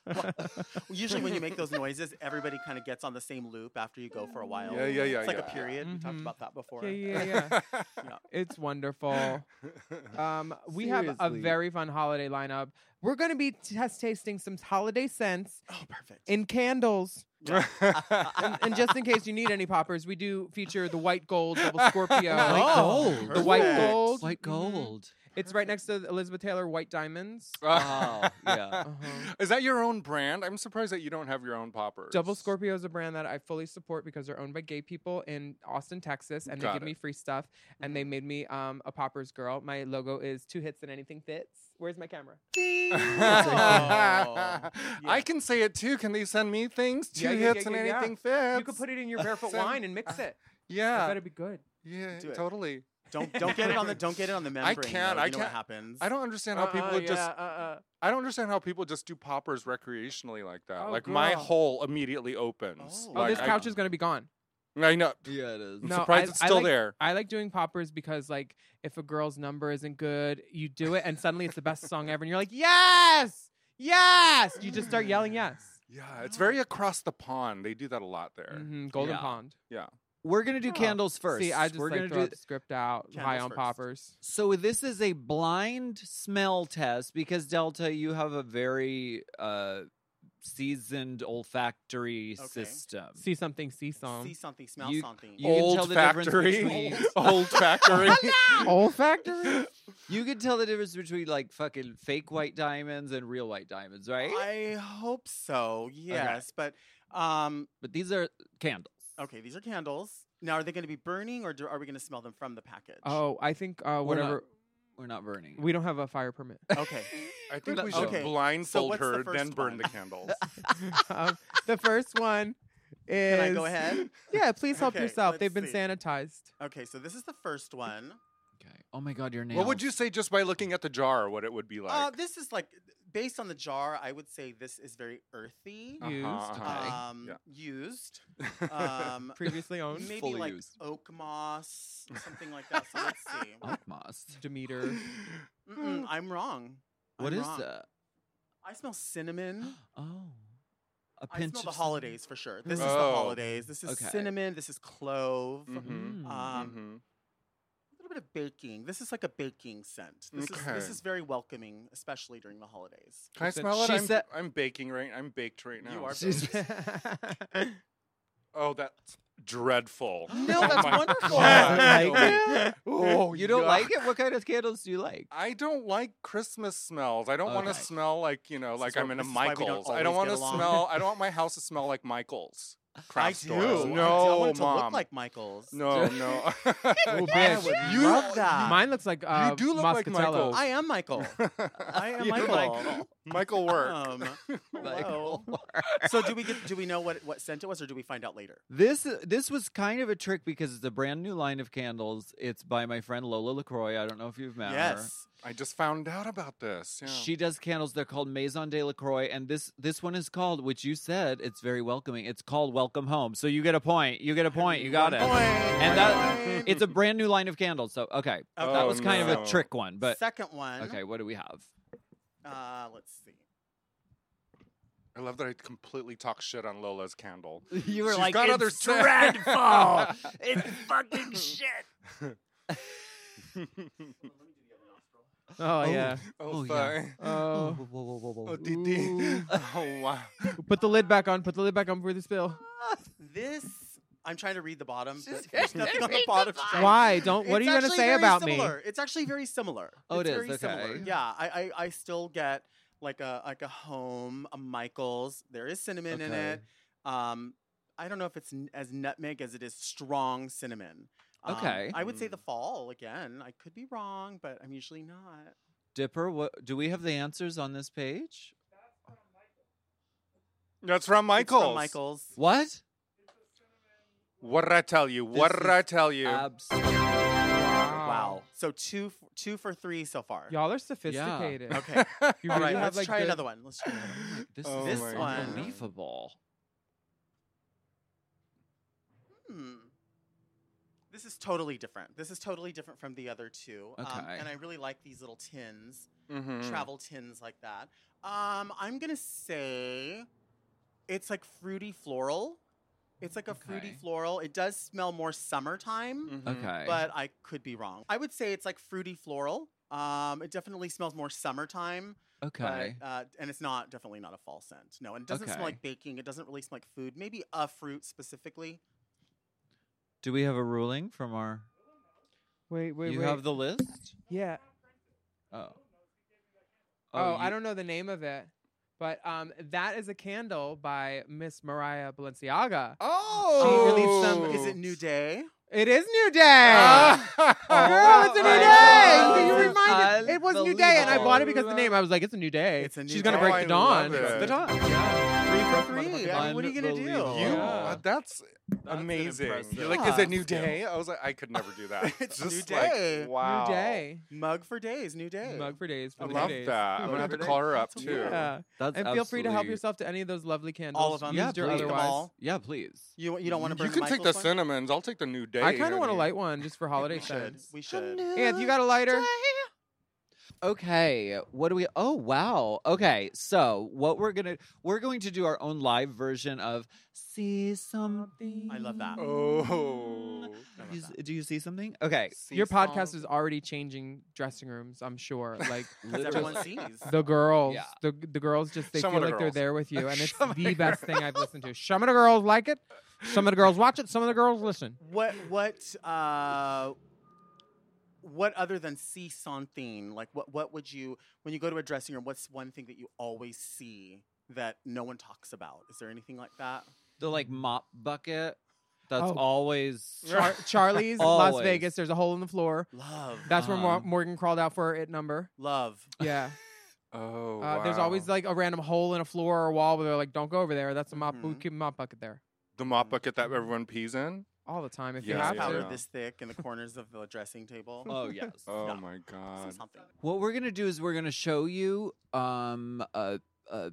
Speaker 9: Usually, when you make those noises, everybody kind of gets on the same loop after you go for a while. Yeah, yeah, yeah. It's like a period. We talked
Speaker 4: Mhm.
Speaker 9: about that before.
Speaker 4: Yeah, yeah, yeah.
Speaker 9: Yeah.
Speaker 4: It's wonderful. Um, we have a
Speaker 3: Seriously.
Speaker 4: very fun holiday lineup. We're going to be test tasting some holiday scents
Speaker 9: Oh, perfect.
Speaker 4: in candles. Uh, and, and just in case you need any poppers, we do feature the white gold double Scorpio.
Speaker 3: White gold.
Speaker 4: The white
Speaker 9: Perfect.
Speaker 4: gold.
Speaker 3: White
Speaker 4: Mhm.
Speaker 3: gold.
Speaker 4: It's right next to the Elizabeth Taylor White Diamonds.
Speaker 3: Oh, yeah.
Speaker 4: Uh-huh.
Speaker 9: Is that your own brand? I'm surprised that you don't have your own poppers.
Speaker 4: Double Scorpio is a brand that I fully support because they're owned by gay people in Austin, Texas, and
Speaker 9: Got
Speaker 4: they give
Speaker 9: it.
Speaker 4: me free stuff. And
Speaker 3: Mm-hmm.
Speaker 4: they made me um, a poppers girl. My logo is two hits and anything fits. Where's my camera?
Speaker 9: Oh. I can say it too. Can they send me things? Two
Speaker 4: Yeah, yeah, yeah,
Speaker 9: hits
Speaker 4: yeah,
Speaker 9: and
Speaker 4: yeah.
Speaker 9: anything fits.
Speaker 4: You could put it in your barefoot
Speaker 9: Send-
Speaker 4: wine and mix it. It
Speaker 9: Yeah,
Speaker 4: better be good.
Speaker 9: yeah,
Speaker 10: Do it.
Speaker 9: totally.
Speaker 10: Don't don't get it on the don't get it on the membrane. though.
Speaker 9: can't,
Speaker 10: You
Speaker 9: I
Speaker 10: know
Speaker 9: can't.
Speaker 10: What happens?
Speaker 9: I don't understand how people would just.
Speaker 4: uh,
Speaker 9: I don't understand how people just do poppers recreationally like that.
Speaker 4: Oh,
Speaker 9: like my
Speaker 4: girl.
Speaker 9: hole immediately opens.
Speaker 10: Oh.
Speaker 4: Oh,
Speaker 9: Like,
Speaker 4: this
Speaker 9: I-
Speaker 4: couch is gonna be gone.
Speaker 9: I know.
Speaker 3: Yeah, it is.
Speaker 9: I'm surprised it's still
Speaker 4: like,
Speaker 9: there.
Speaker 4: I like doing poppers because, like, if a girl's number isn't good, you do it, and suddenly it's the best song ever, and you're like, yes, yes. You just start yelling yes.
Speaker 9: Yeah, it's very across the pond. They do that a lot there.
Speaker 4: Mm-hmm, Golden Yeah. Pond. Oh.
Speaker 9: Yeah.
Speaker 3: We're gonna do candles first.
Speaker 4: See, I just
Speaker 3: We're
Speaker 4: like
Speaker 3: gonna
Speaker 4: throw
Speaker 3: do-
Speaker 4: out the script out, high
Speaker 3: Candles
Speaker 4: on
Speaker 3: first.
Speaker 4: poppers.
Speaker 3: So this is a blind smell test because Delta, you have a very uh, seasoned olfactory system.
Speaker 4: See something, see song.
Speaker 10: See something, smell
Speaker 3: You-
Speaker 10: something.
Speaker 3: you can tell the difference between-
Speaker 4: Olfactory.
Speaker 3: You can tell the difference between like fucking fake white diamonds and real white diamonds, right?
Speaker 10: I hope so. Yes, but um,
Speaker 3: but these are candles.
Speaker 10: Okay, these are candles. Now, are they going to be burning, or do, are we going to smell them from the package?
Speaker 4: Oh, I think uh,
Speaker 10: We're not-
Speaker 4: whatever.
Speaker 3: we're not burning.
Speaker 4: We don't have a fire permit.
Speaker 10: Okay.
Speaker 9: I think we should blindfold her, then burn the candles.
Speaker 4: um, the first one is.
Speaker 10: I go ahead?
Speaker 4: Yeah, please help
Speaker 10: Okay,
Speaker 4: yourself. They've been
Speaker 10: let's see.
Speaker 4: sanitized.
Speaker 10: Okay, so this is the first one.
Speaker 3: Oh my god, your nails.
Speaker 9: What would you say just by looking at the jar? What it would be like?
Speaker 10: Uh, this is like based on the jar. I would say this is very earthy,
Speaker 9: Uh-huh, Used. okay.
Speaker 10: um,
Speaker 9: Yeah.
Speaker 10: used, um,
Speaker 4: Previously owned.
Speaker 10: maybe
Speaker 4: Fully
Speaker 10: like
Speaker 4: used.
Speaker 10: oak moss, something like that. So let's see.
Speaker 3: Oak moss.
Speaker 4: Demeter.
Speaker 10: Mm-mm, I'm wrong.
Speaker 3: What
Speaker 10: What is
Speaker 3: is that?
Speaker 10: I smell cinnamon.
Speaker 3: oh, a
Speaker 10: I
Speaker 3: pinch
Speaker 10: smell
Speaker 3: of
Speaker 10: the holidays for sure. This is the
Speaker 3: Oh.
Speaker 10: holidays. This is
Speaker 3: Okay.
Speaker 10: cinnamon. This is clove.
Speaker 9: Mm-hmm.
Speaker 3: Mhm.
Speaker 10: Um,
Speaker 3: Mm.
Speaker 10: A little bit of baking. This is like a baking scent. This is this
Speaker 9: Okay.
Speaker 10: is very welcoming, especially during the holidays.
Speaker 9: Can I smell it? I'm, I'm baking right. I'm baked right now.
Speaker 10: You are She's-
Speaker 9: oh, that's dreadful.
Speaker 3: No,
Speaker 9: Oh
Speaker 3: that's
Speaker 9: my
Speaker 3: wonderful.
Speaker 9: God.
Speaker 3: I like it.
Speaker 9: Oh,
Speaker 3: You don't
Speaker 9: yuck.
Speaker 3: like it? What kind of candles do you like?
Speaker 9: I don't like Christmas smells. I don't want to
Speaker 3: Okay.
Speaker 9: smell like you know,
Speaker 3: This
Speaker 9: like
Speaker 3: is why-
Speaker 9: I'm in a
Speaker 3: this is why we don't
Speaker 9: Michaels. I don't
Speaker 3: always
Speaker 9: want
Speaker 3: get
Speaker 9: to
Speaker 3: along.
Speaker 9: smell. I don't want my house to smell like Michaels. Craft
Speaker 10: do.
Speaker 9: stores.
Speaker 10: I do. I
Speaker 9: No,
Speaker 10: want it to
Speaker 9: mom.
Speaker 10: look like Michaels.
Speaker 9: No, no.
Speaker 4: Oh,
Speaker 10: I
Speaker 4: bitch.
Speaker 10: would
Speaker 4: You-
Speaker 10: love that.
Speaker 4: Mine looks like uh,
Speaker 10: do look like
Speaker 4: Moscatello.
Speaker 10: Michaels. I am Michael. I am
Speaker 4: You're
Speaker 10: Michael.
Speaker 4: Michael.
Speaker 9: Michael work.
Speaker 10: Um,
Speaker 3: Michael
Speaker 10: hello. so do we get? Do we know what what scent it was, or do we find out later?
Speaker 3: This this was kind of a trick because it's a brand new line of candles. It's by my friend Lola Lacroix. I don't know if you've met her.
Speaker 9: Yes. I just found out about this. Yeah.
Speaker 3: She does candles. They're called Maison de La Croix, and this this one is called, which you said it's very welcoming. It's called Welcome Home. So you get a point. You get a point. You got it. And that it's a brand new line of candles. So okay, that
Speaker 10: Oh,
Speaker 3: was kind of
Speaker 10: no.
Speaker 3: a trick one. But
Speaker 10: Second one.
Speaker 3: Okay, what do we have?
Speaker 10: Uh, let's see.
Speaker 9: I love that I completely talk shit on Lola's candle.
Speaker 3: You were
Speaker 9: She's
Speaker 3: like,
Speaker 9: got
Speaker 3: "It's
Speaker 9: other scent."
Speaker 3: dreadful. It's fucking
Speaker 9: shit.
Speaker 4: Oh, yeah.
Speaker 9: Oh,
Speaker 4: yeah.
Speaker 9: sorry.
Speaker 4: Oh.
Speaker 3: whoa, whoa, whoa,
Speaker 9: Oh, Didi. Oh, wow.
Speaker 4: Put the lid back on. Put the lid back on before the spill.
Speaker 10: This. I'm trying to read the bottom. but
Speaker 4: can't
Speaker 10: There's nothing on
Speaker 4: read
Speaker 10: the
Speaker 4: the
Speaker 10: bottom.
Speaker 4: bottom. Why? Don't- what
Speaker 10: It's
Speaker 4: are you gonna
Speaker 10: actually
Speaker 4: say
Speaker 10: very
Speaker 4: about me?
Speaker 10: similar. It's actually very similar.
Speaker 4: Oh, it
Speaker 10: it's
Speaker 4: is,
Speaker 10: Very similar.
Speaker 4: okay.
Speaker 10: Yeah, I, I I still get like a like a home a Michaels. There is cinnamon in
Speaker 3: Okay.
Speaker 10: it. Um, I don't know if it's n- as nutmeg as it is strong cinnamon. Um,
Speaker 3: Okay.
Speaker 10: I would say the
Speaker 4: Hmm.
Speaker 10: fall again. I could be wrong, but I'm usually not.
Speaker 3: Dipper, what do we have the answers on this page?
Speaker 9: That's from Michaels.
Speaker 10: Michaels.
Speaker 3: What?
Speaker 9: What I tell you? What
Speaker 10: This
Speaker 9: did I
Speaker 10: is
Speaker 9: tell you?
Speaker 3: Absolutely.
Speaker 4: Wow.
Speaker 10: Wow. So two f- two for three so far.
Speaker 4: Y'all are sophisticated.
Speaker 10: Okay.
Speaker 4: You
Speaker 10: All
Speaker 4: really
Speaker 10: right.
Speaker 4: have,
Speaker 10: Let's
Speaker 4: like,
Speaker 10: try
Speaker 4: good-
Speaker 10: another one. Let's try another one.
Speaker 3: This
Speaker 4: Oh
Speaker 10: this
Speaker 4: my
Speaker 10: one.
Speaker 4: God.
Speaker 3: Unbelievable.
Speaker 10: Hmm. This is totally different. This is totally different from the other two. Um,
Speaker 3: Okay.
Speaker 10: and I really like these little tins,
Speaker 4: Mm-hmm.
Speaker 3: Mhm.
Speaker 10: travel tins like that. Um, I'm going to say it's like fruity floral. It's like a fruity
Speaker 3: Okay.
Speaker 10: floral. It does smell more summertime.
Speaker 4: Mm-hmm. Mm.
Speaker 3: Okay.
Speaker 10: But I could be wrong. I would say it's like fruity floral. Um, it definitely smells more summertime. but,
Speaker 3: Okay.
Speaker 10: uh, and it's not definitely not a fall scent. No, and it doesn't
Speaker 3: Okay.
Speaker 10: smell like baking. It doesn't really smell like food. Maybe a fruit specifically.
Speaker 3: Do we have a ruling from our?
Speaker 4: Wait, wait,
Speaker 3: you
Speaker 4: wait.
Speaker 3: have the list.
Speaker 4: Yeah.
Speaker 3: Oh.
Speaker 4: Oh, I
Speaker 3: you-
Speaker 4: don't know the name of it, but um, that is a candle by Miss Mariah Balenciaga.
Speaker 9: Oh,
Speaker 4: she released some.
Speaker 10: Is it New Day?
Speaker 4: It is New Day.
Speaker 3: Oh.
Speaker 4: Girl, it's a new
Speaker 10: my
Speaker 4: day.
Speaker 10: God.
Speaker 4: You reminded. It was New Day, and I bought it because the name. I was like, it's a new day.
Speaker 10: It's a new
Speaker 4: She's gonna
Speaker 10: day. Oh,
Speaker 4: break the
Speaker 10: I love
Speaker 4: dawn. It's
Speaker 10: it.
Speaker 4: the dawn.
Speaker 10: for three. I mean, what are you gonna do?
Speaker 9: Unbelievable. You- uh, that's, amazing. You're like, is
Speaker 10: Yeah.
Speaker 9: it new day? I was like, I could never do that. It's
Speaker 10: New
Speaker 9: just like,
Speaker 10: day.
Speaker 9: wow.
Speaker 10: Mug for days. New day.
Speaker 4: Mug for days. For
Speaker 9: I
Speaker 4: the
Speaker 9: love
Speaker 4: days.
Speaker 9: that. I'm gonna have to call her up too.
Speaker 4: Yeah.
Speaker 9: That's
Speaker 4: and feel free to help
Speaker 9: absolutely-
Speaker 4: yourself to any of those lovely candles.
Speaker 10: All of them.
Speaker 4: Used or
Speaker 10: please.
Speaker 4: otherwise.
Speaker 11: Yeah, please.
Speaker 10: You you don't want to burn
Speaker 9: You can take the
Speaker 10: Michael's one?
Speaker 9: cinnamons. I'll take the new day.
Speaker 4: I kind of
Speaker 9: honey.
Speaker 4: want to light one just for holiday sense.
Speaker 10: We should.
Speaker 4: Anth, you got a lighter?
Speaker 3: Okay, what do we Oh wow. Okay, so what we're going to we're going to do our own live version of See something.
Speaker 10: I love that.
Speaker 9: Oh.
Speaker 3: You- do you see something? Okay.
Speaker 4: Your podcast is already changing dressing rooms, I'm sure. Like
Speaker 3: 'Cause everyone sees.
Speaker 4: the girls,
Speaker 3: Yeah.
Speaker 4: the the girls just they
Speaker 3: Some
Speaker 4: feel
Speaker 3: of
Speaker 4: like
Speaker 3: the
Speaker 4: they're
Speaker 3: girls.
Speaker 4: there with you, and it's
Speaker 3: Some of
Speaker 4: the
Speaker 3: the
Speaker 4: best thing I've listened to. Some of the girls like it, some of the girls watch it, some of the girls listen.
Speaker 10: What what uh what other than see something? Like what what would you when you go to a dressing room, what's one thing that you always see that no one talks about? Is there anything like that?
Speaker 3: The like mop bucket that's
Speaker 4: Oh.
Speaker 3: always
Speaker 4: Char- Charlie's Las
Speaker 3: Always.
Speaker 4: Vegas. There's a hole in the floor.
Speaker 10: Love.
Speaker 4: That's where Mor-
Speaker 3: Uh-huh.
Speaker 4: Morgan crawled out for her it number.
Speaker 10: Love.
Speaker 4: Yeah.
Speaker 9: Oh.
Speaker 4: Uh, There's always like a random hole in a floor or a wall where they're like, "Don't go over there." That's a mop.
Speaker 3: Mm-hmm.
Speaker 4: We keep a mop bucket there
Speaker 9: the mop bucket that everyone pees in.
Speaker 4: all the time if
Speaker 9: Yeah,
Speaker 10: It's
Speaker 4: you have
Speaker 10: powdered
Speaker 4: to.
Speaker 10: this thick in the corners of the dressing table.
Speaker 3: Oh, yes.
Speaker 9: Oh
Speaker 10: Yeah.
Speaker 9: my god.
Speaker 10: Something.
Speaker 3: What we're gonna do is we're gonna show you um a a,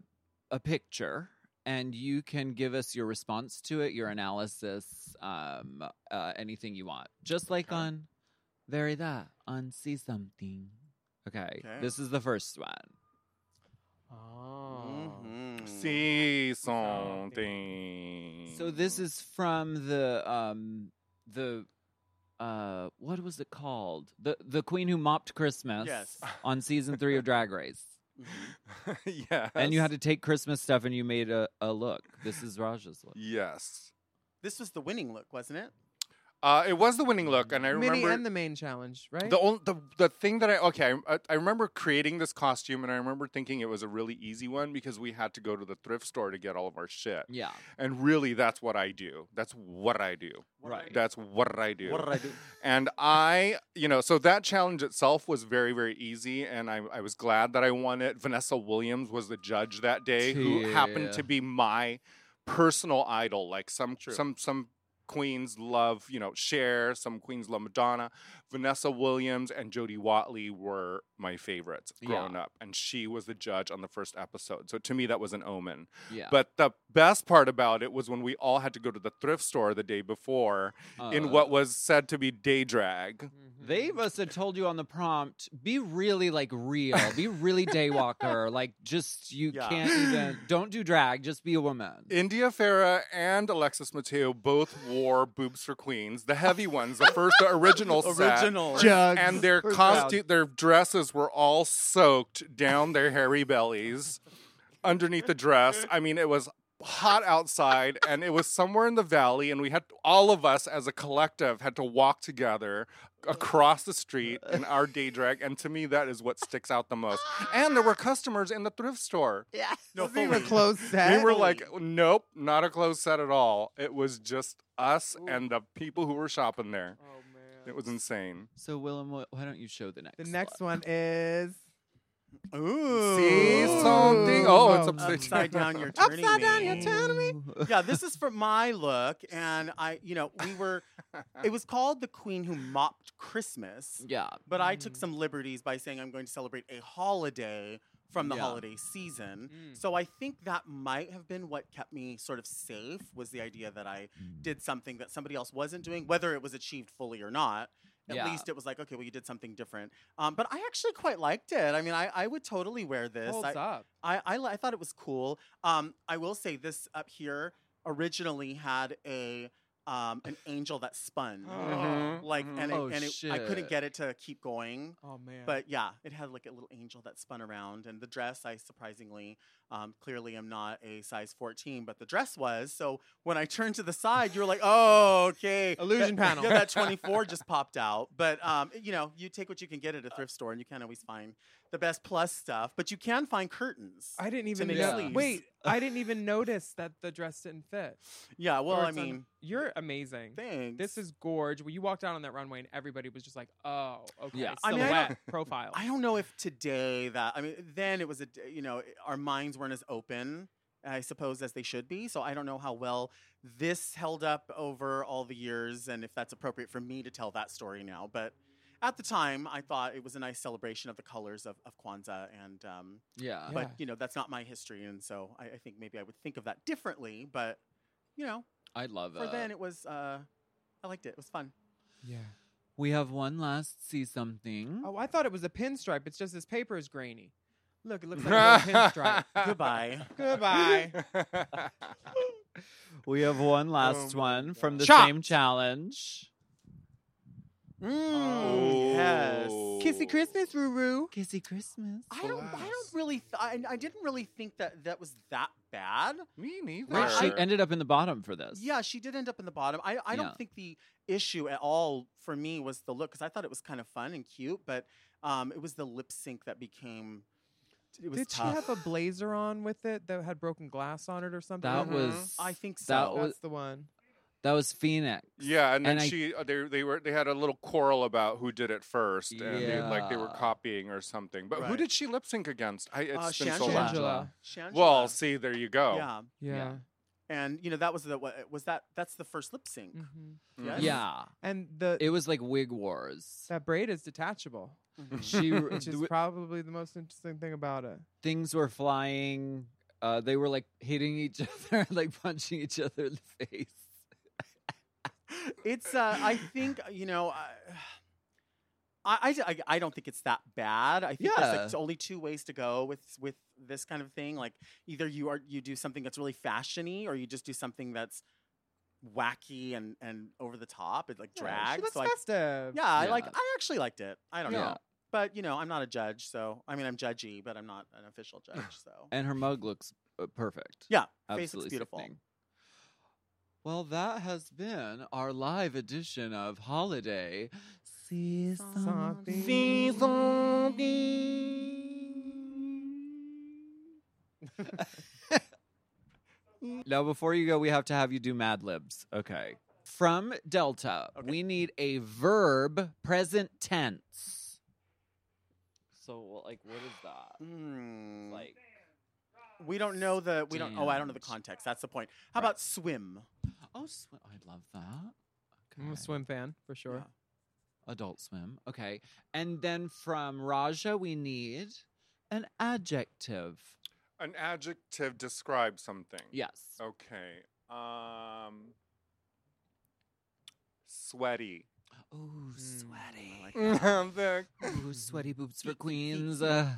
Speaker 3: a picture, and you can give us your response to it, your analysis, um, uh, anything you want, just like on very that on see something. Okay.
Speaker 10: Okay.
Speaker 3: this is the first one.
Speaker 4: Mm-hmm.
Speaker 9: See something.
Speaker 3: So this is from the um the uh what was it called the the Queen who mopped Christmas
Speaker 10: Yes.
Speaker 3: on season three of Drag Race.
Speaker 9: yes.
Speaker 3: And you had to take Christmas stuff and you made a, a look. This is Raj's look.
Speaker 9: Yes.
Speaker 10: This was the winning look, wasn't it?
Speaker 9: Uh, it was the winning look, and I
Speaker 4: Mini
Speaker 9: remember
Speaker 4: and the main challenge, right?
Speaker 9: The only the, the thing that I okay, I, I remember creating this costume, and I remember thinking it was a really easy one because we had to go to the thrift store to get all of our shit.
Speaker 3: Yeah.
Speaker 9: And really, that's what I do. That's what I do.
Speaker 3: Right.
Speaker 9: That's what I do.
Speaker 10: What did I do?
Speaker 9: And I, you know, so that challenge itself was very, very easy, and I, I was glad that I won it. Vanessa Williams was the judge that day, who happened to
Speaker 3: Yeah.
Speaker 9: be my personal idol. Like some, some, some queens love, you know, Cher. Some queens love Madonna. Vanessa Williams and Jodie Watley were my favorites growing up, and she was the judge on the first episode. So to me, that was an omen.
Speaker 3: Yeah.
Speaker 9: But the best part about it was when we all had to go to the thrift store the day before in
Speaker 3: Uh. Mm-hmm.
Speaker 9: what was said to be day drag.
Speaker 3: They must have told you on the prompt, be really like real, be really daywalker. like just you
Speaker 10: Yeah.
Speaker 3: can't even don't do drag, just be a woman.
Speaker 9: India Farah and Alexis Mateo both wore boobs for queens, the heavy ones, the first, the original set.
Speaker 10: Original.
Speaker 4: Jugs.
Speaker 9: And their
Speaker 4: First round.
Speaker 9: costume, their dresses were all soaked down their hairy bellies underneath the dress. I mean, it was hot outside and it was somewhere in the valley and we had all of us as a collective had to walk together across the street in our day drag and to me that is what sticks out the most and there were customers in the thrift store
Speaker 10: Yeah. No,
Speaker 4: We were
Speaker 10: fully.
Speaker 4: close
Speaker 9: we
Speaker 4: set.
Speaker 9: were like nope not a closed set at all it was just us and the people who were shopping there oh man it was insane
Speaker 3: So Willem, wh- why don't you show the next
Speaker 4: the next one is
Speaker 10: Ooh.
Speaker 9: see something oh it's upside,
Speaker 10: Upside down, you're turning
Speaker 4: upside down.
Speaker 10: me.
Speaker 4: You're turning me.
Speaker 10: yeah, this is for my look, and I, you know, we were. It was called the Queen Who Mopped Christmas,
Speaker 3: Yeah.
Speaker 10: but I took some liberties by saying I'm going to celebrate a holiday from the
Speaker 3: Yeah.
Speaker 10: holiday season.
Speaker 4: Mm.
Speaker 10: So I think that might have been what kept me sort of safe was the idea that I did something that somebody else wasn't doing, whether it was achieved fully or not. At
Speaker 3: Yeah.
Speaker 10: least it was like, okay, well, you did something different. Um, but I actually quite liked it. I mean, I, I would totally wear this.
Speaker 4: Holds
Speaker 10: I-
Speaker 4: up.
Speaker 10: I, I, li- I thought it was cool. Um, I will say this up here originally had a um, an angel that spun,
Speaker 4: Mm-hmm.
Speaker 9: Mhm,
Speaker 10: like and, it,
Speaker 3: Oh,
Speaker 10: and it, I couldn't
Speaker 3: shit.
Speaker 10: get it to keep going.
Speaker 4: Oh man.
Speaker 10: But yeah, it had like a little angel that spun around, and the dress. I surprisingly, um, clearly, am not a size fourteen, but the dress was. So when I turned to the side, you were like, "Oh, okay,
Speaker 4: Illusion
Speaker 10: that,
Speaker 4: panel.
Speaker 10: yeah, that twenty four just popped out." But um, you know, you take what you can get at a thrift store, and you can't always find the best plus stuff. But you can find curtains.
Speaker 4: I didn't even
Speaker 10: make
Speaker 4: know.
Speaker 10: sleeves.
Speaker 4: Wait, I didn't even notice that the dress didn't fit.
Speaker 10: Yeah, well,
Speaker 4: Or
Speaker 10: I
Speaker 4: it's un-
Speaker 10: mean,
Speaker 4: you're amazing.
Speaker 10: thanks.
Speaker 4: This is gorge. When you walked down on that runway, and everybody was just like, "Oh, okay."
Speaker 3: Yeah.
Speaker 10: I mean, I
Speaker 4: Silhouette profile.
Speaker 10: I don't know if today that I mean, then it was a d- you know, i- our minds weren't as open I suppose, as they should be. So I don't know how well this held up over all the years and if that's appropriate for me to tell that story now. But at the time, I thought it was a nice celebration of the colors of, of Kwanzaa. And um,
Speaker 3: Yeah.
Speaker 10: But,
Speaker 3: Yeah.
Speaker 10: you know, that's not my history. And so I, I think maybe I would think of that differently. But, you know,
Speaker 3: I love
Speaker 10: for
Speaker 3: it.
Speaker 10: then it was, uh, I liked it. It was fun.
Speaker 4: Yeah.
Speaker 3: we have one last see something.
Speaker 4: Oh, I thought it was a pinstripe. It's just this paper is grainy. Look, it looks like a little pinstripe.
Speaker 10: Goodbye.
Speaker 4: Goodbye.
Speaker 3: We have one last
Speaker 10: Oh
Speaker 3: one from the
Speaker 4: Chopped.
Speaker 3: same challenge.
Speaker 10: yes.
Speaker 4: Mm. Kissy Christmas, Ruru.
Speaker 3: Kissy Christmas.
Speaker 10: I don't. I don't really. Th- I, I didn't really think that that was that bad.
Speaker 9: Me neither.
Speaker 3: Wait, she ended up in the bottom for this.
Speaker 10: Yeah, she did end up in the bottom. I, I
Speaker 3: Yeah.
Speaker 10: don't think the issue at all for me was the look because I thought it was kind of fun and cute, but um, it was the lip sync that became. It was
Speaker 4: Did
Speaker 10: tough.
Speaker 4: she have a blazer on with it that had broken glass on it or something?
Speaker 3: That Mhm. was-
Speaker 10: Mm-hmm. I think so.
Speaker 3: that was-
Speaker 4: That's the one.
Speaker 3: That was Phoenix.
Speaker 9: Yeah, and then
Speaker 3: I-
Speaker 9: she uh, they they were they had a little quarrel about who did it first, and they, like they were
Speaker 3: Yeah.
Speaker 9: copying or something. But who
Speaker 10: Right.
Speaker 9: did she lip sync against? I,
Speaker 10: Uh,
Speaker 9: it's been so
Speaker 10: Shangela.
Speaker 9: long.
Speaker 10: Shangela. Shangela.
Speaker 9: Well, see, there you go.
Speaker 3: Oh.
Speaker 10: Yeah.
Speaker 4: Yeah.
Speaker 10: And you know that was the wha- was that that's the first lip sync.
Speaker 4: Mm-hmm.
Speaker 9: Mm-hmm.
Speaker 10: Yes?
Speaker 3: Yeah.
Speaker 4: And the
Speaker 3: it was like wig wars.
Speaker 4: That braid is detachable.
Speaker 3: She-
Speaker 4: which is
Speaker 3: the-
Speaker 4: probably the most interesting thing about it.
Speaker 3: Things were flying. Uh, they were like hitting each other, like punching each other in the face.
Speaker 10: It's uh, I think you know. I, I, I, I don't think it's that bad. I think there's
Speaker 3: Yeah.
Speaker 10: like it's only two ways to go with with this kind of thing. Like either you are you do something that's really fashiony, or you just do something that's wacky and and over the top. It like
Speaker 4: Yeah, she
Speaker 10: drag.
Speaker 4: looks
Speaker 10: so I-
Speaker 4: festive.
Speaker 10: yeah, I
Speaker 4: Yeah.
Speaker 10: like. I actually liked it. I don't
Speaker 3: Yeah.
Speaker 10: know, but you know, I'm not a judge, so I mean, I'm judgy, but I'm not an official judge. So
Speaker 3: And her mug looks uh, perfect.
Speaker 10: Yeah, face looks
Speaker 3: Absolutely
Speaker 10: beautiful.
Speaker 3: sickening. Well, that has been our live edition of Holiday. See something.
Speaker 12: See
Speaker 7: Mm.
Speaker 3: Now, before you go, we have to have you do Mad Libs. Okay. From Delta, we need a verb present tense. So, well, like, what is that?
Speaker 9: Hmm.
Speaker 3: Like,
Speaker 10: we don't know the we don't. Oh, I don't know the
Speaker 3: Damned.
Speaker 10: context. That's the point. How about swim?
Speaker 3: oh, swim. I'd love that.
Speaker 4: I'm a swim fan for sure.
Speaker 3: Adult Swim. Okay. And then from Raja, we need an adjective.
Speaker 9: An adjective describes something.
Speaker 3: Yes.
Speaker 9: Okay. Um. Sweaty. Hmm,
Speaker 3: Ooh, sweaty.
Speaker 9: I'm back.
Speaker 3: Ooh, sweaty boobs for queens. Uh,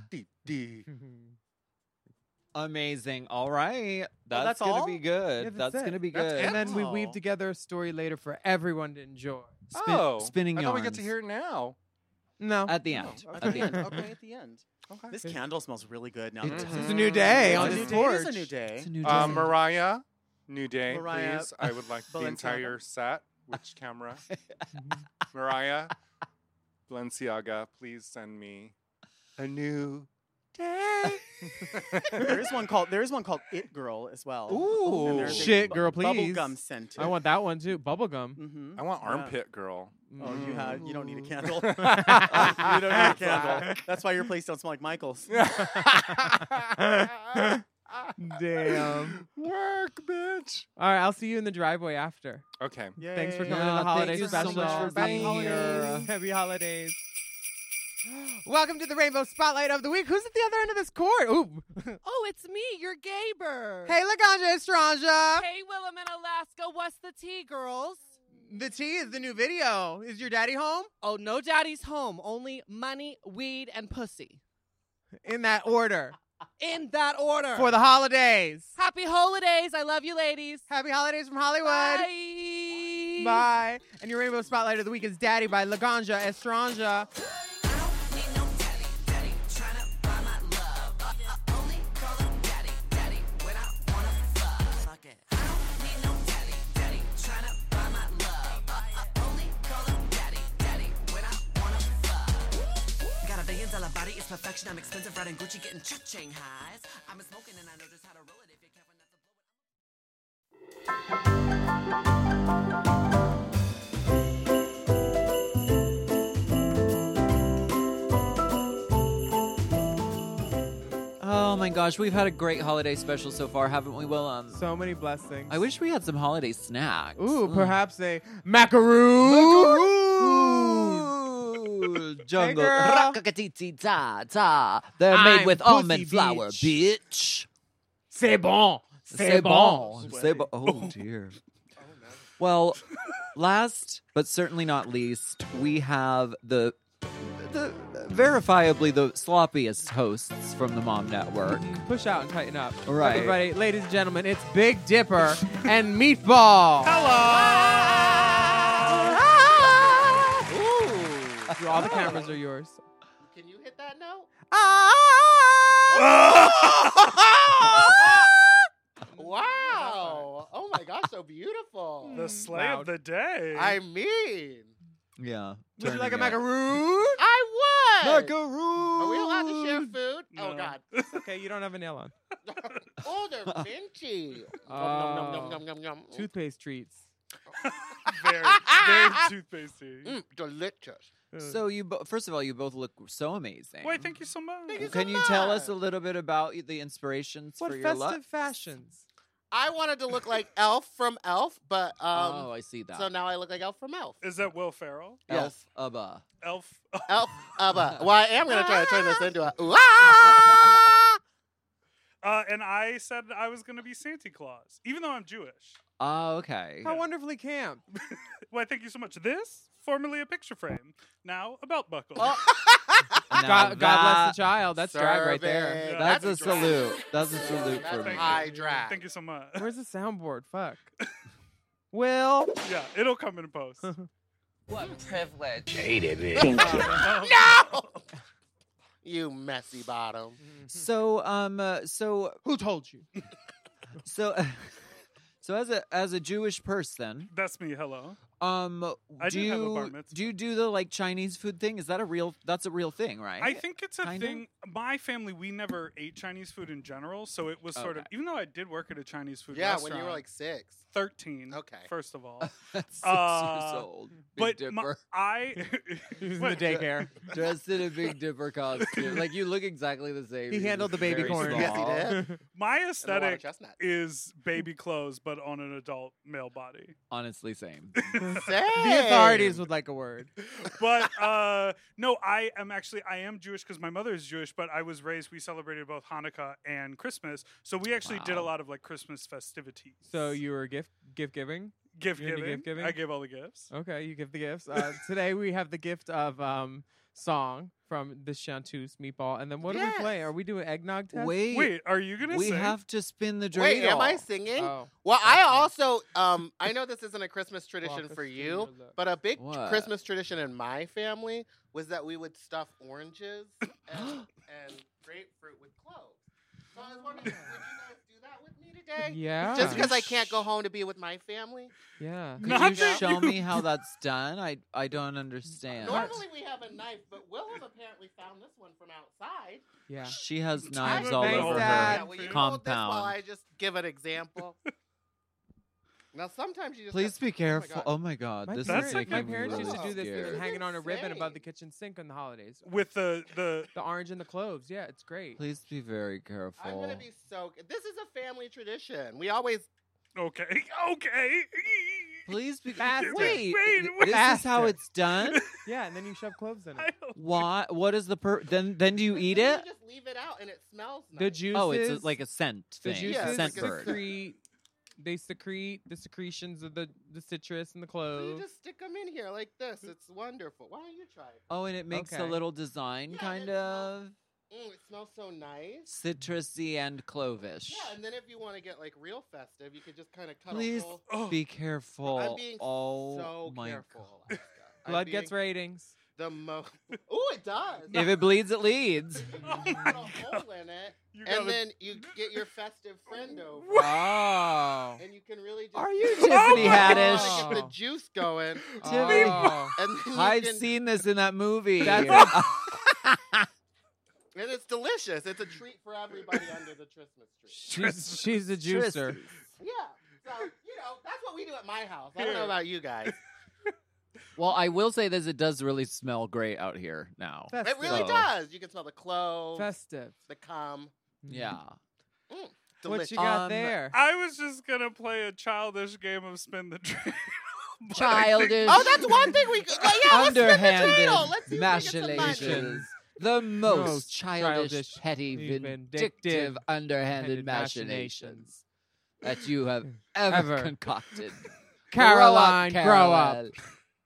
Speaker 3: Amazing. All right. That's,
Speaker 4: that's
Speaker 3: gonna
Speaker 4: all?
Speaker 3: be good.
Speaker 4: Yeah,
Speaker 3: that's gonna
Speaker 4: it.
Speaker 3: be good.
Speaker 4: And then we weave together a story later for everyone to enjoy.
Speaker 3: Spin- Oh, spinning
Speaker 9: I thought we get to
Speaker 3: yarns.
Speaker 9: hear it now.
Speaker 4: No.
Speaker 3: At the end.
Speaker 10: Oh,
Speaker 3: At the end.
Speaker 10: okay, at the end. This candle smells really good now. that
Speaker 9: It's-
Speaker 10: I'm
Speaker 9: It's a
Speaker 10: smelling
Speaker 9: new
Speaker 10: it.
Speaker 9: day
Speaker 10: It's
Speaker 9: on
Speaker 10: a
Speaker 9: this
Speaker 10: new day. It is
Speaker 9: porch.
Speaker 10: a new day.
Speaker 9: It's a new Uh, day. Mariah, New day,
Speaker 10: Mariah
Speaker 9: please. I would like the
Speaker 10: Balenciaga.
Speaker 9: entire set. Which camera? Mariah, Balenciaga, please send me a new.
Speaker 10: there is one called there is one called It Girl as well. And
Speaker 4: Ooh,
Speaker 10: there's a
Speaker 4: shit,
Speaker 10: bu-
Speaker 4: girl, please.
Speaker 10: Bubblegum scented.
Speaker 4: I want that one too. Bubblegum.
Speaker 10: Mm-hmm.
Speaker 9: I want armpit girl.
Speaker 10: Oh, you have you don't need a candle. you
Speaker 9: Ooh.
Speaker 10: don't need a candle. That's why your place don't smell like Michael's.
Speaker 4: Damn.
Speaker 9: Work, bitch.
Speaker 4: All right, I'll see you in the driveway after.
Speaker 9: Okay.
Speaker 4: Thanks for
Speaker 9: Yay.
Speaker 4: coming to
Speaker 9: Yeah,
Speaker 4: the
Speaker 9: thank
Speaker 4: holiday
Speaker 9: you so
Speaker 4: special.
Speaker 9: much for
Speaker 4: Happy
Speaker 9: being
Speaker 4: holidays. Happy holidays. Welcome to the Rainbow Spotlight of the Week. Who's at the other end of this cord? Ooh.
Speaker 13: Oh, it's me, your Gaber.
Speaker 4: Hey, Laganja Estranja.
Speaker 13: Hey, Willem in Alaska. What's the tea, girls?
Speaker 4: The tea is the new video. Is your daddy home?
Speaker 13: Oh, no daddy's home. Only money, weed, and pussy.
Speaker 4: In that order.
Speaker 13: In that order.
Speaker 4: For the holidays.
Speaker 13: Happy holidays. I love you, ladies.
Speaker 4: Happy holidays from Hollywood.
Speaker 13: Bye.
Speaker 4: Bye. And your Rainbow Spotlight of the Week is Daddy by Laganja Estranja.
Speaker 14: Uh, Uh, Got a billion dollar body, it's perfection. I'm expensive, riding Gucci, getting cha-ching highs. I'm a smoking and I know just how to roll it. If you care enough to blow it.
Speaker 3: Oh my gosh, we've had a great holiday special so far, haven't we, Willem?
Speaker 4: So many blessings.
Speaker 3: I wish we had some holiday snacks.
Speaker 4: Ooh, perhaps a macaroon.
Speaker 3: Jungle.
Speaker 4: girl.
Speaker 3: Rakakatiti ta ta. They're made
Speaker 4: Oh. I'm
Speaker 3: with
Speaker 4: pussy,
Speaker 3: almond flour, bitch.
Speaker 4: C'est bon.
Speaker 3: C'est bon. C'est bon. Oh, dear. Well, last but certainly not least, we have the, the verifiably the sloppiest hosts from the Mom Network.
Speaker 4: Push out and tighten up.
Speaker 3: All right.
Speaker 4: Everybody, ladies and gentlemen, it's Big Dipper and Meatball. Hello. All the cameras are yours.
Speaker 15: Can you hit that note? wow. Oh my gosh, so beautiful.
Speaker 3: Hmm.
Speaker 5: The slay of the day.
Speaker 15: I mean,
Speaker 3: Yeah.
Speaker 4: Would you like a
Speaker 3: turning it.
Speaker 4: macaroon?
Speaker 15: I would.
Speaker 3: Macaroon.
Speaker 15: Are we allowed to share food? Oh
Speaker 4: No.
Speaker 15: God,
Speaker 4: It's okay, you don't have a nail on. Oh.
Speaker 15: oh they're vinci. Nom, nom, nom, nom, nom, nom.
Speaker 4: Toothpaste treats.
Speaker 5: very, very toothpastey.
Speaker 15: Mm, delicious.
Speaker 3: So you bo- first of all, you both look so amazing.
Speaker 5: Wait, thank you so much.
Speaker 3: Can you tell us a little bit about the inspirations
Speaker 4: What
Speaker 3: for your look?
Speaker 4: festive fashions?
Speaker 15: I wanted to look like Elf from Elf, but um,
Speaker 3: oh, I see that.
Speaker 15: so now I look like Elf from Elf.
Speaker 5: Is that Will Ferrell?
Speaker 3: Elf Abba.
Speaker 5: Elf.
Speaker 15: Elf, Abba. Well, I am gonna try to turn this into a.
Speaker 5: Uh, and I said I was going to be Santa Claus, even though I'm Jewish.
Speaker 3: Oh, okay.
Speaker 4: How wonderfully camp.
Speaker 5: Why, thank you so much. This, formerly a picture frame, now a belt buckle.
Speaker 3: Now
Speaker 4: God, God bless
Speaker 3: that-
Speaker 4: the child. That's drag right there.
Speaker 3: Yeah, That's, a salute. That's a salute for me.
Speaker 15: high drag.
Speaker 5: Thank you so much.
Speaker 4: Where's the soundboard? Fuck. Will.
Speaker 5: Yeah, it'll come in post.
Speaker 16: What privilege.
Speaker 15: no. You messy bottom.
Speaker 3: Mm-hmm. So, um, uh, so
Speaker 4: who told you?
Speaker 3: So, so as a as a Jewish person,
Speaker 5: That's me. Hello.
Speaker 3: um,
Speaker 5: I
Speaker 3: do
Speaker 5: do
Speaker 3: you
Speaker 5: have a bar mitzvah.
Speaker 3: do you do the like Chinese food thing? Is that a real? That's a real thing, right?
Speaker 5: I think it's a
Speaker 3: Kinda?
Speaker 5: thing. My family, we never ate Chinese food in general, so it was sort of.
Speaker 3: Okay.
Speaker 5: Even though I did work at a Chinese food
Speaker 15: Yeah,
Speaker 5: restaurant,
Speaker 15: when you were like six.
Speaker 5: thirteen. Okay, first of all,
Speaker 3: Six
Speaker 5: Uh,
Speaker 3: years old. Big
Speaker 5: But my,
Speaker 3: Dipper.
Speaker 5: I Wait.
Speaker 3: dressed in a big Dipper costume. Like you look exactly the same.
Speaker 4: He
Speaker 3: You're
Speaker 4: handled
Speaker 3: just
Speaker 4: the baby
Speaker 3: very
Speaker 4: corn.
Speaker 3: small.
Speaker 4: Yes, he did.
Speaker 5: My
Speaker 15: And a lot of
Speaker 5: aesthetic
Speaker 15: chestnuts.
Speaker 5: is baby clothes, but on an adult male body.
Speaker 3: Honestly, same.
Speaker 4: The authorities would like a word.
Speaker 5: But uh, no, I am actually I am Jewish because my mother is Jewish, but I was raised. We celebrated both Hanukkah and Christmas, so we actually did a
Speaker 3: Wow.
Speaker 5: lot of like Christmas festivities.
Speaker 4: So you were gift gift giving.
Speaker 5: gift
Speaker 4: You're into
Speaker 5: giving.
Speaker 4: gift giving?
Speaker 5: I gave all the gifts.
Speaker 4: Okay, you give the gifts. Uh, today we have the gift of um song from the Chanteuse meatball, and then what do we play? Are we doing eggnog test?
Speaker 3: Wait,
Speaker 5: Wait, are you gonna
Speaker 3: we
Speaker 5: sing?
Speaker 3: have to spin the dreidel.
Speaker 15: Wait, am I singing?
Speaker 4: Oh.
Speaker 15: Well, I also um I know this isn't a Christmas tradition for you, but a big
Speaker 3: What?
Speaker 15: Christmas tradition in my family was that we would stuff oranges and, and grapefruit with cloves. So I was wondering, would you guys do that with me today?
Speaker 4: Yeah.
Speaker 15: Just because I can't go home to be with my family.
Speaker 4: Yeah.
Speaker 3: Could
Speaker 5: Not
Speaker 3: you
Speaker 5: that
Speaker 3: show
Speaker 5: you-
Speaker 3: me how that's done? I I don't understand.
Speaker 15: Normally we have a knife, but Willem apparently found this one from outside.
Speaker 4: Yeah.
Speaker 3: She has
Speaker 5: I'm
Speaker 3: knives all
Speaker 4: amazed
Speaker 3: over
Speaker 4: that-
Speaker 15: Yeah,
Speaker 3: her
Speaker 15: will you hold this while
Speaker 3: compound.
Speaker 15: I just give an example? now sometimes you just
Speaker 3: Please
Speaker 15: have-
Speaker 3: be careful.
Speaker 15: Oh
Speaker 3: Oh my god,
Speaker 4: My
Speaker 3: this
Speaker 4: parents,
Speaker 3: is making
Speaker 4: my parents
Speaker 3: me
Speaker 4: used to
Speaker 3: really
Speaker 4: do this
Speaker 3: scared.
Speaker 4: thing, hanging on a ribbon above
Speaker 15: insane.
Speaker 4: the kitchen sink on the holidays.
Speaker 5: with the the
Speaker 4: The orange and the cloves. Yeah, it's great.
Speaker 3: Please be very
Speaker 15: my god. I'm
Speaker 3: careful.
Speaker 15: gonna be so this is a family tradition. We always
Speaker 5: okay okay.
Speaker 3: Please be
Speaker 4: Faster.
Speaker 3: Wait,
Speaker 5: Wait,
Speaker 3: th-
Speaker 5: wait.
Speaker 3: this is how
Speaker 4: Faster.
Speaker 3: it's done.
Speaker 4: Yeah, and then you shove cloves in
Speaker 5: I
Speaker 4: it.
Speaker 5: don't-
Speaker 3: Why? What is the per? Then then do you
Speaker 15: But
Speaker 3: eat
Speaker 15: then
Speaker 3: it?
Speaker 15: You just leave it out and it smells nice.
Speaker 4: The juices.
Speaker 3: Oh, it's a, like a scent
Speaker 4: the
Speaker 3: thing.
Speaker 4: juices
Speaker 15: Yeah,
Speaker 3: a
Speaker 15: it's like
Speaker 3: scent
Speaker 15: a
Speaker 3: bird.
Speaker 4: secrete. They secrete the secretions of the the citrus and the
Speaker 15: So you
Speaker 4: cloves.
Speaker 15: just stick them in here like this. It's wonderful. Why don't you try it?
Speaker 3: Oh, and it makes a
Speaker 4: Okay.
Speaker 3: little design,
Speaker 15: Yeah,
Speaker 3: kind
Speaker 15: it smells-
Speaker 3: of
Speaker 15: Mm, it smells so nice.
Speaker 3: citrusy and clovish.
Speaker 15: Yeah, and then if you want to get like real festive, you could just kind of cut
Speaker 3: Please
Speaker 15: a whole.
Speaker 3: be careful.
Speaker 15: I'm being
Speaker 3: oh
Speaker 15: so
Speaker 3: my
Speaker 15: careful. Alaska. I'm
Speaker 4: Blood gets
Speaker 15: being
Speaker 4: ratings.
Speaker 15: the most. Oh, it does.
Speaker 3: God. If it bleeds, it leads.
Speaker 15: you put a hole in it,
Speaker 5: Oh You gotta-
Speaker 15: and then you get your festive friend over,
Speaker 4: Wow.
Speaker 15: and you can really just.
Speaker 3: Are you
Speaker 15: Oh
Speaker 3: Tiffany
Speaker 15: my
Speaker 3: Haddish?
Speaker 15: God, Get the juice going. uh,
Speaker 4: Oh.
Speaker 15: And then you
Speaker 3: I've
Speaker 15: can-
Speaker 3: seen this in that movie.
Speaker 4: That's-
Speaker 15: And it's delicious. It's a treat for everybody under the Christmas tree.
Speaker 4: She's, she's a juicer.
Speaker 15: Yeah. So, you know, that's what we do at my house. I don't know about you guys.
Speaker 3: well, I will say this: it does really smell great out here now.
Speaker 4: Festive.
Speaker 15: It really
Speaker 3: So-
Speaker 15: does. You can smell the cloves,
Speaker 4: Festive. Mm-hmm.
Speaker 15: the cum. Mm, Um,
Speaker 3: Yeah.
Speaker 4: What you got there?
Speaker 5: I was just gonna play a childish game of spin the dreidel. but I think-
Speaker 3: Childish.
Speaker 15: Oh, that's one thing we. could- Well, yeah, let's spin the dreidel.
Speaker 3: Underhanded
Speaker 15: Let's see if we can get some money.
Speaker 3: machinations. The most,
Speaker 4: Most
Speaker 3: childish,
Speaker 4: childish,
Speaker 3: petty, vindictive,
Speaker 4: vindictive,
Speaker 3: underhanded
Speaker 4: handed
Speaker 3: machinations that you have ever,
Speaker 4: Ever.
Speaker 3: concocted.
Speaker 4: Caroline,
Speaker 3: grow up.
Speaker 4: grow
Speaker 3: Carol.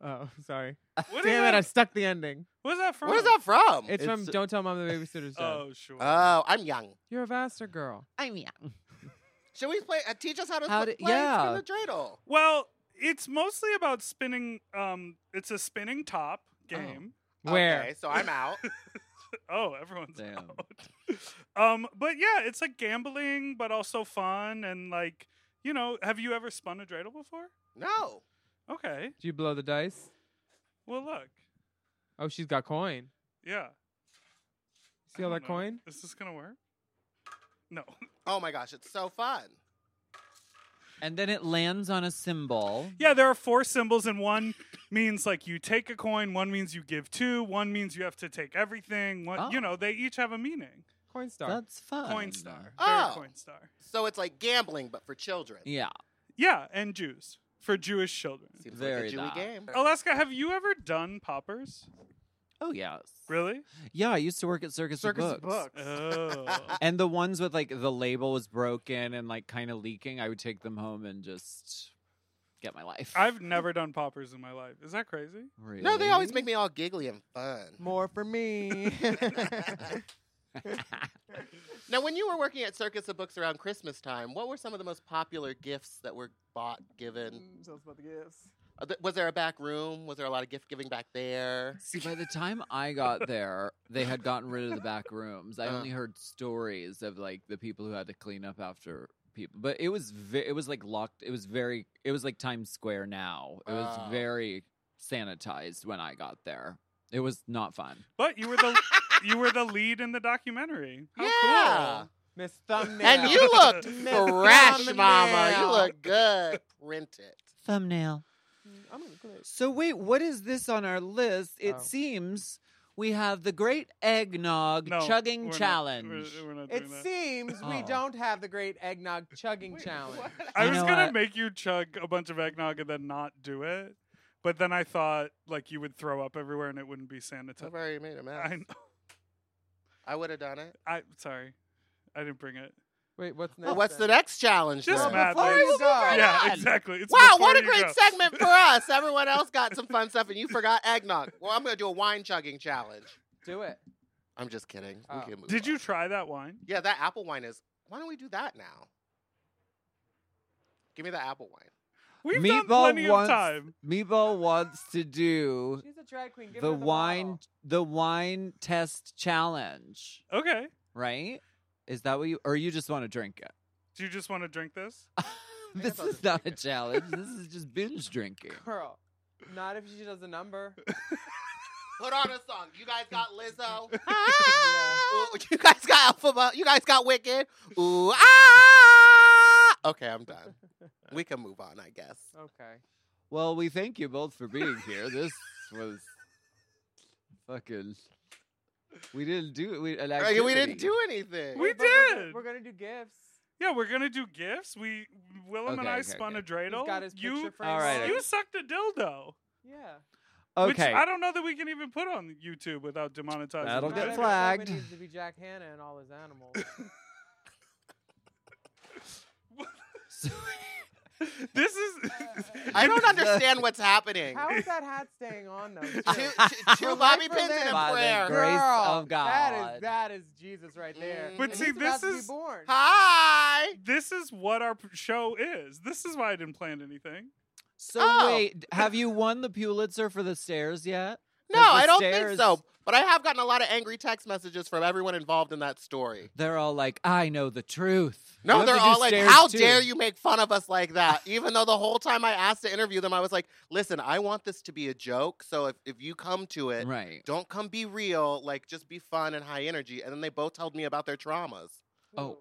Speaker 4: up. Oh, sorry.
Speaker 5: What
Speaker 4: Damn
Speaker 5: is
Speaker 4: it!
Speaker 5: that-
Speaker 4: I stuck the ending.
Speaker 5: Where's that from?
Speaker 4: Where's
Speaker 5: that
Speaker 15: from?
Speaker 4: It's, from
Speaker 15: It's-
Speaker 4: Don't Tell Mom the Babysitter's Dead.
Speaker 5: Oh, sure.
Speaker 15: Oh, I'm young.
Speaker 4: You're a bastard girl.
Speaker 15: I'm young. Should we play? Uh, teach us how to
Speaker 4: How
Speaker 15: how
Speaker 4: to-
Speaker 15: play
Speaker 4: yeah.
Speaker 15: spin the dreidel.
Speaker 5: Well, it's mostly about spinning. Um, it's a spinning top game.
Speaker 4: Where?
Speaker 15: Oh. Okay, so I'm out.
Speaker 5: oh, everyone's
Speaker 3: Damn.
Speaker 5: out. Um, but yeah, it's like gambling, but also fun and like you know. Have you ever spun a dreidel before?
Speaker 15: No.
Speaker 5: Okay.
Speaker 4: Do you blow the dice?
Speaker 5: Well, look.
Speaker 4: Oh, she's got coin.
Speaker 5: Yeah.
Speaker 4: See all
Speaker 5: I
Speaker 4: that
Speaker 5: don't know.
Speaker 4: coin?
Speaker 5: Is this gonna work? No.
Speaker 15: Oh my gosh, it's so fun.
Speaker 3: And then it lands on a symbol.
Speaker 5: Yeah, there are four symbols, and one means like you take a coin, one means you give two, one means you have to take everything. One, You know, they each have a meaning.
Speaker 4: Coin star.
Speaker 3: Oh. That's fun.
Speaker 5: Coin star.
Speaker 15: Oh.
Speaker 5: Very coin star.
Speaker 15: So it's like gambling, but for children.
Speaker 3: Yeah.
Speaker 5: Yeah, and Jews for Jewish children.
Speaker 15: Seems like a Very Jewy that. game.
Speaker 5: Alaska, have you ever done poppers?
Speaker 3: Oh yes.
Speaker 5: Really?
Speaker 3: Yeah, I used to work at Circus, of
Speaker 5: Circus of
Speaker 3: Books.
Speaker 5: Oh.
Speaker 3: and the ones with like the label was broken and like kind of leaking, I would take them home and just get my life.
Speaker 5: I've never done poppers in my life. Is that crazy?
Speaker 3: Really?
Speaker 15: No, they always make me all giggly and fun.
Speaker 4: More for me.
Speaker 15: now, when you were working at Circus of Books around Christmas time, what were some of the most popular gifts that were bought, given?
Speaker 10: Tell us about the gifts.
Speaker 15: Uh, th- Was there a back room? Was there a lot of gift giving back there?
Speaker 3: See, by the time I got there, they had gotten rid of the back rooms. I
Speaker 15: Uh.
Speaker 3: only heard stories of like the people who had to clean up after people. But it was ve- it was like locked. It was very it was like Times Square now. It was
Speaker 15: Oh.
Speaker 5: Wow.
Speaker 3: very sanitized when I got there. It was not fun.
Speaker 5: But you were the you were the lead in the documentary. How
Speaker 15: Yeah.
Speaker 5: cool.
Speaker 4: Miss Thumbnail.
Speaker 15: And you looked
Speaker 5: Miss
Speaker 15: fresh, Mama. You
Speaker 5: Thumbnail.
Speaker 15: look good. Print it.
Speaker 3: Thumbnail.
Speaker 15: I'm gonna click.
Speaker 3: So wait, what is this on our list? It
Speaker 15: Oh.
Speaker 3: seems we have the Great Eggnog
Speaker 5: No,
Speaker 3: Chugging
Speaker 5: we're not-
Speaker 3: Challenge.
Speaker 5: we're- we're not
Speaker 4: It
Speaker 5: doing that.
Speaker 4: seems we
Speaker 3: Oh.
Speaker 4: don't have the great eggnog chugging challenge.
Speaker 5: I
Speaker 3: You
Speaker 5: was
Speaker 3: know
Speaker 5: gonna
Speaker 3: what?
Speaker 5: make you chug a bunch of eggnog and then not do it, but then I thought like you would throw up everywhere and it wouldn't be sanitized.
Speaker 15: I've already made a mess.
Speaker 5: I know.
Speaker 15: I would have done it.
Speaker 5: I sorry, I didn't bring it.
Speaker 4: Wait, what's next?
Speaker 15: Well, Oh, what's the next challenge?
Speaker 5: Just
Speaker 15: then?
Speaker 5: Mad Libs. yeah, exactly. It's
Speaker 15: wow,
Speaker 5: before
Speaker 15: what a
Speaker 5: you
Speaker 15: great
Speaker 5: go.
Speaker 15: segment for us. Everyone else got some fun stuff, and you forgot eggnog. Well, I'm gonna do a wine chugging challenge.
Speaker 4: Do it.
Speaker 15: I'm just kidding. We can move
Speaker 5: Did
Speaker 15: on.
Speaker 5: you try that wine?
Speaker 15: Yeah, that apple wine is. Why don't we do that now? Give me the apple wine.
Speaker 5: We've
Speaker 3: Meatball
Speaker 5: done plenty
Speaker 3: wants,
Speaker 5: of time.
Speaker 3: Meatball wants to do
Speaker 4: She's a drag queen. Give
Speaker 3: the
Speaker 4: her the
Speaker 3: wine
Speaker 4: bottle.
Speaker 3: the wine test challenge,
Speaker 5: Okay.
Speaker 3: right? Is that what you or you just want to drink it?
Speaker 5: Do you just want to drink this?
Speaker 3: This is not a challenge. this is just binge drinking.
Speaker 4: Girl, not if she does a number.
Speaker 15: Put on a song. You guys got Lizzo. Ooh, Oh, you guys got Alphabet. You guys got Wicked. Ooh, ah! Okay, I'm done. We can move on, I guess.
Speaker 4: Okay.
Speaker 3: Well, we thank you both for being here. This was fucking. We didn't do it. We, an
Speaker 15: Right, we
Speaker 3: activity.
Speaker 15: didn't do anything.
Speaker 5: We
Speaker 4: But we're gonna-
Speaker 5: did.
Speaker 4: We're gonna do gifts.
Speaker 5: Yeah, we're gonna do gifts. We Willem and
Speaker 3: Okay,
Speaker 5: I
Speaker 3: okay,
Speaker 5: spun
Speaker 3: okay.
Speaker 5: a dreidel.
Speaker 4: He's got his
Speaker 5: you,
Speaker 4: picture frame
Speaker 3: All right,
Speaker 4: up.
Speaker 5: you sucked a dildo.
Speaker 4: Yeah.
Speaker 5: Which
Speaker 3: Okay.
Speaker 5: I don't know that we can even put on YouTube without demonetizing.
Speaker 3: That'll get
Speaker 5: the video.
Speaker 4: Every
Speaker 3: flagged.
Speaker 4: woman needs to be Jack Hanna and all his animals.
Speaker 5: This is.
Speaker 15: I don't understand what's happening.
Speaker 4: How is that hat staying on though? Two,
Speaker 15: two bobby pins and a By the prayer. grace of
Speaker 4: That
Speaker 15: God.
Speaker 4: is that is Jesus right there.
Speaker 15: Mm.
Speaker 5: But
Speaker 4: And
Speaker 5: see,
Speaker 4: he's about
Speaker 5: this
Speaker 4: to be
Speaker 5: is-
Speaker 4: born.
Speaker 15: Hi.
Speaker 5: This is what our p- show is. This is why I didn't plan anything.
Speaker 3: So
Speaker 15: Oh.
Speaker 3: wait, have you won the Pulitzer for the stairs yet? 'Cause
Speaker 15: No,
Speaker 3: the
Speaker 15: I don't
Speaker 3: stairs-
Speaker 15: think so. But I have gotten a lot of angry text messages from everyone involved in that story.
Speaker 3: They're all like, I know the truth.
Speaker 15: No,
Speaker 3: We'll have
Speaker 15: they're
Speaker 3: to do
Speaker 15: all like,
Speaker 3: stairs
Speaker 15: "How
Speaker 3: too."
Speaker 15: dare you make fun of us like that?" Even though the whole time I asked to interview them, I was like, "Listen, I want this to be a joke. So if, if you come to it,
Speaker 3: Right.
Speaker 15: don't come be real. Like, just be fun and high energy." And then they both told me about their traumas.
Speaker 3: Oh.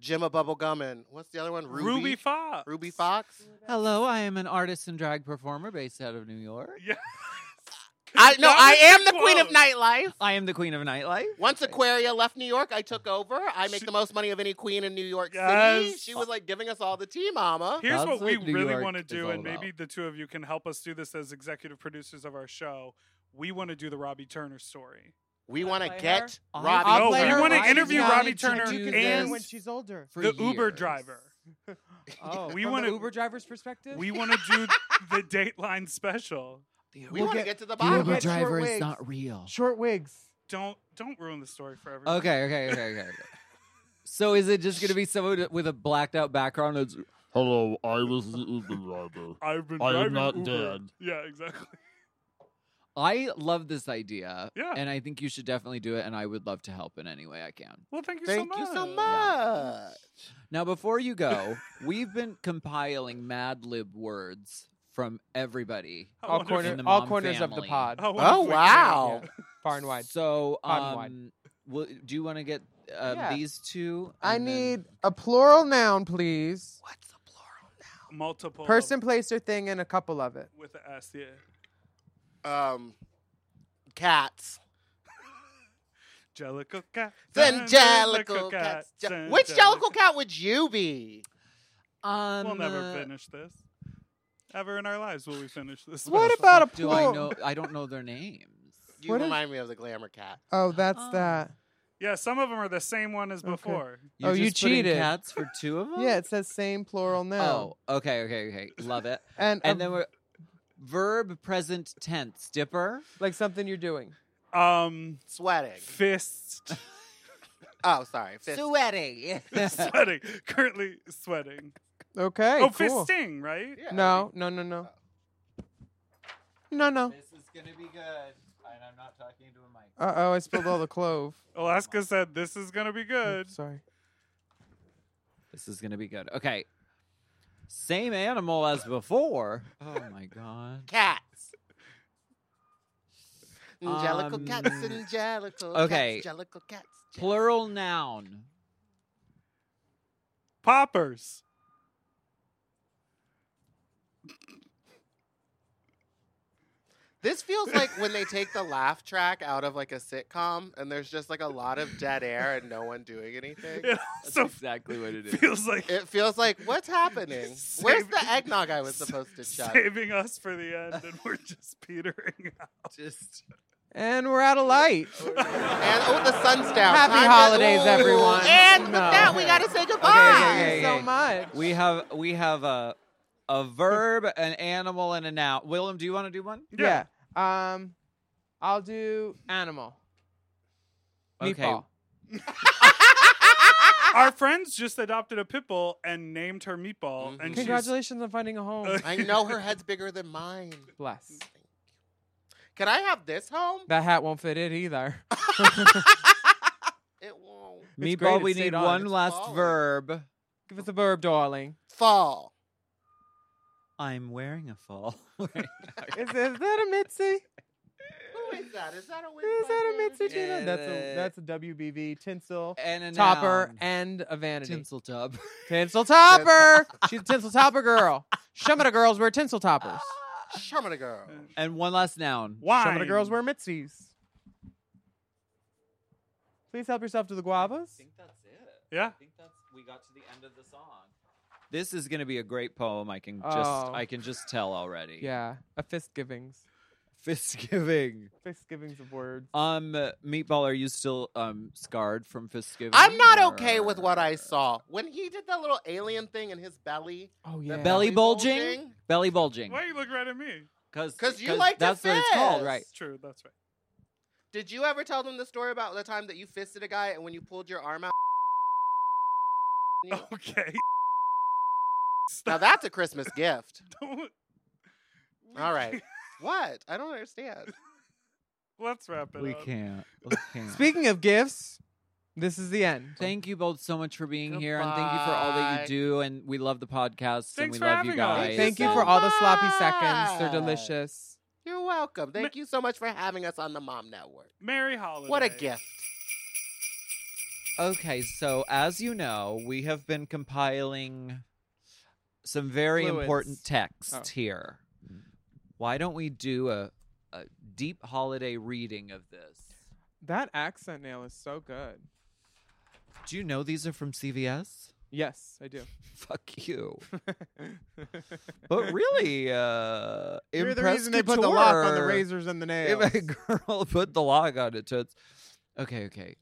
Speaker 15: Gemma Bubblegum and what's the other one? Ruby,
Speaker 5: Ruby Fox.
Speaker 15: Ruby Fox.
Speaker 3: Hello, I am an artist and drag performer based out of New York.
Speaker 5: Yeah.
Speaker 15: I no,
Speaker 3: That
Speaker 15: I
Speaker 3: was
Speaker 15: am
Speaker 3: too
Speaker 15: the queen of
Speaker 3: close.
Speaker 15: nightlife.
Speaker 3: I am the queen of nightlife.
Speaker 15: Once Aquaria left New York, I took over. I make the most money of any queen in New York City.
Speaker 5: Yes.
Speaker 15: She was like giving us all the tea, mama.
Speaker 5: Here's what we really want to do, and maybe the two of you can help us do this as executive producers of our show. We want to do the Robbie Turner story.
Speaker 15: We want
Speaker 5: to
Speaker 15: get
Speaker 4: I'll
Speaker 5: Robbie.
Speaker 4: play her.
Speaker 5: No, we want to
Speaker 4: I've
Speaker 5: interview
Speaker 4: wanted
Speaker 5: Robbie
Speaker 4: to
Speaker 5: Turner
Speaker 4: do this
Speaker 5: and
Speaker 4: when she's older.
Speaker 5: the
Speaker 4: For
Speaker 5: Uber
Speaker 4: years.
Speaker 5: driver.
Speaker 4: Oh,
Speaker 5: we
Speaker 4: from
Speaker 5: want
Speaker 4: the Uber driver's perspective.
Speaker 5: We want to do the Dateline special.
Speaker 15: We want to get to the bottom.
Speaker 3: Uber driver is not real.
Speaker 4: Short wigs.
Speaker 5: Don't don't ruin the story for everyone.
Speaker 3: Okay, okay, okay, okay. okay. so is it just gonna be someone with a blacked out background? That's, Hello, I was uh, the Uber driver.
Speaker 5: I've been
Speaker 3: I am
Speaker 5: driving
Speaker 3: not
Speaker 5: Uber.
Speaker 3: dead.
Speaker 5: Yeah, exactly.
Speaker 3: I love this idea.
Speaker 5: Yeah.
Speaker 3: And I think you should definitely do it, and I would love to help in any way I can.
Speaker 5: Well, thank you
Speaker 15: Thank
Speaker 5: so much.
Speaker 15: you so much.
Speaker 3: Now, before you go, we've been compiling Mad Lib words from everybody.
Speaker 4: All
Speaker 3: in
Speaker 4: corner-
Speaker 3: the
Speaker 4: all
Speaker 3: Mom
Speaker 4: corners of the
Speaker 3: family.
Speaker 4: pod. How wonderful. Oh, wow. Yeah. Far and wide.
Speaker 3: So,
Speaker 4: Far and wide.
Speaker 3: um, will- do you want to get um,
Speaker 4: Yeah.
Speaker 3: these two?
Speaker 4: I need a plural noun, please.
Speaker 5: Multiple
Speaker 4: Person, place, or thing, and a couple of it.
Speaker 5: with the S, yeah.
Speaker 15: Um, cats.
Speaker 5: Jellicle cat.
Speaker 15: Then Jellicle cats. Je- Which Jellicle cat would you be?
Speaker 3: Um,
Speaker 5: We'll never
Speaker 15: uh,
Speaker 5: finish this. Ever in our lives will we finish this?
Speaker 4: What
Speaker 5: special.
Speaker 4: about a
Speaker 3: Do I
Speaker 4: plural?
Speaker 3: know? I don't know their names.
Speaker 15: You
Speaker 4: What is-
Speaker 15: remind me of the glamour cat.
Speaker 4: Oh, that's
Speaker 3: Um,
Speaker 4: that.
Speaker 5: Yeah, some of them are the same one as before.
Speaker 4: oh, you
Speaker 3: just putting
Speaker 4: cheated.
Speaker 3: cats for two of 'em?
Speaker 4: Yeah, it says same plural noun.
Speaker 3: Oh, okay, okay, okay. Love it.
Speaker 4: Um, And um,
Speaker 3: and
Speaker 4: a-
Speaker 3: then we're verb present tense. Dipper,
Speaker 4: like something you're doing.
Speaker 5: Um,
Speaker 15: sweating.
Speaker 5: Fist.
Speaker 15: oh, sorry. Fist.
Speaker 3: Sweating.
Speaker 5: sweating. Currently sweating.
Speaker 4: Okay.
Speaker 5: oh,
Speaker 4: cool.
Speaker 5: fisting, right?
Speaker 4: No, no, no, no.
Speaker 15: uh,
Speaker 4: No, no.
Speaker 3: This is gonna be good, and I'm not talking into a mic.
Speaker 4: Uh oh, I spilled all the clove.
Speaker 5: Alaska said this is gonna be good.
Speaker 4: Sorry.
Speaker 3: This is gonna be good. Okay. Same animal as before. Oh my god.
Speaker 15: Cats. Angelical cats,
Speaker 3: Um,
Speaker 15: angelical
Speaker 3: okay.
Speaker 15: cats, angelical cats.
Speaker 3: Plural noun.
Speaker 5: Poppers.
Speaker 15: This feels like when they take the laugh track out of like a sitcom and there's just like a lot of dead air and no one doing anything.
Speaker 3: That's exactly what it is.
Speaker 5: Feels like
Speaker 15: It feels like what's happening? Where's
Speaker 5: Saving-
Speaker 15: the eggnog I was supposed to chug?
Speaker 5: saving us for the end, and we're just petering out.
Speaker 3: Just
Speaker 4: And we're out of light.
Speaker 15: and oh, the sun's down.
Speaker 4: Happy
Speaker 15: Time to-
Speaker 4: holidays,
Speaker 15: Ooh.
Speaker 4: everyone.
Speaker 15: And with
Speaker 4: No.
Speaker 15: that, we gotta say goodbye.
Speaker 3: okay,
Speaker 4: so
Speaker 3: okay.
Speaker 4: much.
Speaker 3: We have we have a a verb, an animal, and a noun. Willem, do you want to do one?
Speaker 4: Yeah. Um, I'll do animal.
Speaker 3: Okay.
Speaker 4: Meatball.
Speaker 5: Our friends just adopted a pit bull and named her Meatball, and she's-
Speaker 4: Congratulations on finding a home.
Speaker 15: Mm-hmm. I know her head's bigger than mine.
Speaker 4: Bless.
Speaker 15: Can I have this home?
Speaker 4: That hat won't fit it either.
Speaker 15: It won't.
Speaker 4: It's great,
Speaker 3: Meatball,
Speaker 4: it
Speaker 3: we
Speaker 4: stayed
Speaker 3: need
Speaker 4: on.
Speaker 3: one
Speaker 4: It's
Speaker 3: last
Speaker 4: falling.
Speaker 3: verb.
Speaker 4: Give us a verb, darling.
Speaker 15: Fall.
Speaker 3: I'm wearing a fall. right now.
Speaker 4: Is, is that a Mitzi?
Speaker 15: Who is that? Is that a wig?
Speaker 4: Is that a Mitzi Gina?
Speaker 3: And
Speaker 4: That's
Speaker 3: a-
Speaker 4: a that's a WBV tinsel
Speaker 3: And a
Speaker 4: topper
Speaker 3: noun.
Speaker 4: and a vanity
Speaker 3: tinsel tub.
Speaker 4: tinsel topper. She's a tinsel topper girl. Some of the girls wear tinsel toppers.
Speaker 15: Charming girl.
Speaker 3: And one last noun.
Speaker 4: Some of the girls wear mitzies. Please help yourself to the guavas.
Speaker 5: Yeah.
Speaker 3: think that's we got to the end of the song. This is going to be a great poem. I can just
Speaker 4: Oh.
Speaker 3: I can just tell already.
Speaker 4: Yeah, a fist givings.
Speaker 3: Fist giving.
Speaker 4: Fist givings of words.
Speaker 3: Um, meatball, are you still um scarred from fist giving?
Speaker 15: I'm not okay with what I saw
Speaker 5: Oh,
Speaker 15: when he did that little alien thing in his belly.
Speaker 4: Oh
Speaker 3: belly, bulging? Belly bulging.
Speaker 5: Why you look right at me?
Speaker 3: Because
Speaker 15: 'Cause you like to
Speaker 3: that's what it's called,
Speaker 15: fist.
Speaker 3: right?
Speaker 5: True, that's right.
Speaker 15: Did you ever tell them the story about the time that you fisted a guy and when you pulled your arm out?
Speaker 5: Okay.
Speaker 15: Now that's a Christmas gift.
Speaker 5: Don't-
Speaker 15: All right. What? I don't understand.
Speaker 5: Let's wrap it
Speaker 3: We
Speaker 5: up.
Speaker 3: can't. We can't.
Speaker 4: Speaking of gifts, this is the end.
Speaker 3: Thank you both so much for being here, and thank you for all that
Speaker 15: Goodbye.
Speaker 3: you do. And we love the podcast, and
Speaker 15: Thanks
Speaker 3: we
Speaker 15: for
Speaker 3: love you
Speaker 15: having us.
Speaker 3: guys.
Speaker 4: Thank you
Speaker 15: so
Speaker 4: for all the sloppy seconds. They're
Speaker 15: much.
Speaker 4: delicious.
Speaker 15: You're welcome. Thank you so much for having us on the Mom Network.
Speaker 5: Merry holiday.
Speaker 15: What a gift.
Speaker 3: Okay, so as you know, we have been compiling some very
Speaker 4: Fluids.
Speaker 3: important text
Speaker 4: Oh.
Speaker 3: here. Why don't we do a, a
Speaker 11: deep holiday reading of this.
Speaker 4: That accent nail is so good.
Speaker 3: Do you know these are from CVS?
Speaker 4: Yes, I do.
Speaker 3: Fuck you. but really, uh,
Speaker 4: You're the
Speaker 3: Impress
Speaker 4: reason they put the lock on the
Speaker 3: Couture-
Speaker 4: razors and the
Speaker 3: If a girl put the lock on it, toots. Okay, okay.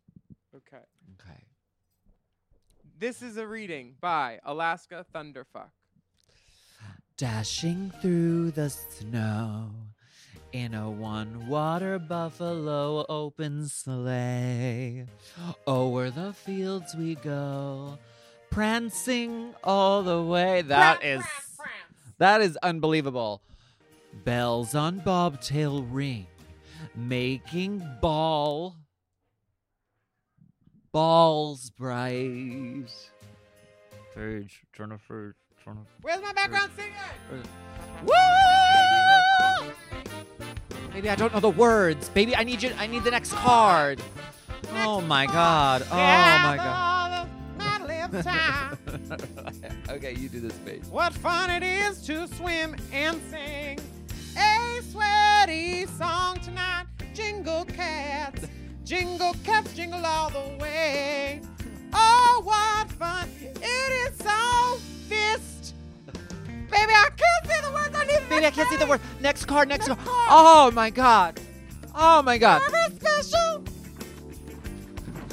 Speaker 4: Okay.
Speaker 3: Okay.
Speaker 4: This is a reading by Alaska Thunderfuck.
Speaker 3: Dashing through the snow in a one water buffalo open sleigh. Over the fields we go, prancing all the way. That is that is unbelievable. Bells on bobtail ring, making ball balls bright.
Speaker 11: Page, Jennifer, Jennifer.
Speaker 13: Where's my background singer?
Speaker 3: Woo! Maybe I don't know the words. Baby, I need you. I need the next card. oh my god. Oh my god.
Speaker 2: My lips high.
Speaker 3: okay, you do this, babe.
Speaker 2: What fun it is to swim and sing a sweaty song tonight. Jingle cats, jingle cats, jingle all the way. Oh, what fun it is! So fist, baby, I can't see the words. I need
Speaker 3: Baby, I can't see the word. Next card, next card. Oh my god. Oh my god.
Speaker 2: special.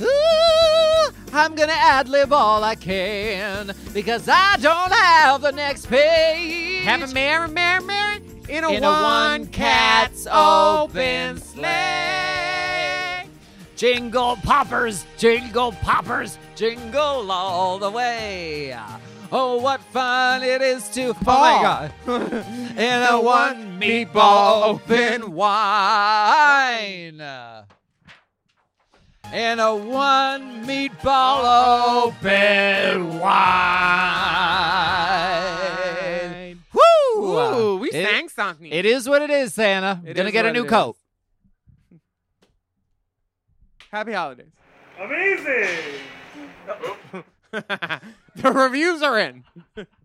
Speaker 3: Ooh, I'm gonna ad lib all I can because I don't have the next page.
Speaker 2: Have a merry, merry, merry in a,
Speaker 3: In a
Speaker 2: one
Speaker 3: one
Speaker 2: cat's
Speaker 3: cat's
Speaker 2: open
Speaker 3: open
Speaker 2: sleigh.
Speaker 3: Jingle poppers, jingle poppers, jingle all the way. Oh, what fun it is to fall. Oh my god. In a one meatball open wine. In a one meatball open wine. Woo!
Speaker 4: Ooh, we
Speaker 3: It-
Speaker 4: sang something.
Speaker 3: It is what it is, Santa.
Speaker 4: It
Speaker 3: Gonna
Speaker 4: is
Speaker 3: get
Speaker 4: what
Speaker 3: a new
Speaker 4: it
Speaker 3: coat.
Speaker 4: Happy holidays.
Speaker 5: Amazing.
Speaker 4: the reviews are in.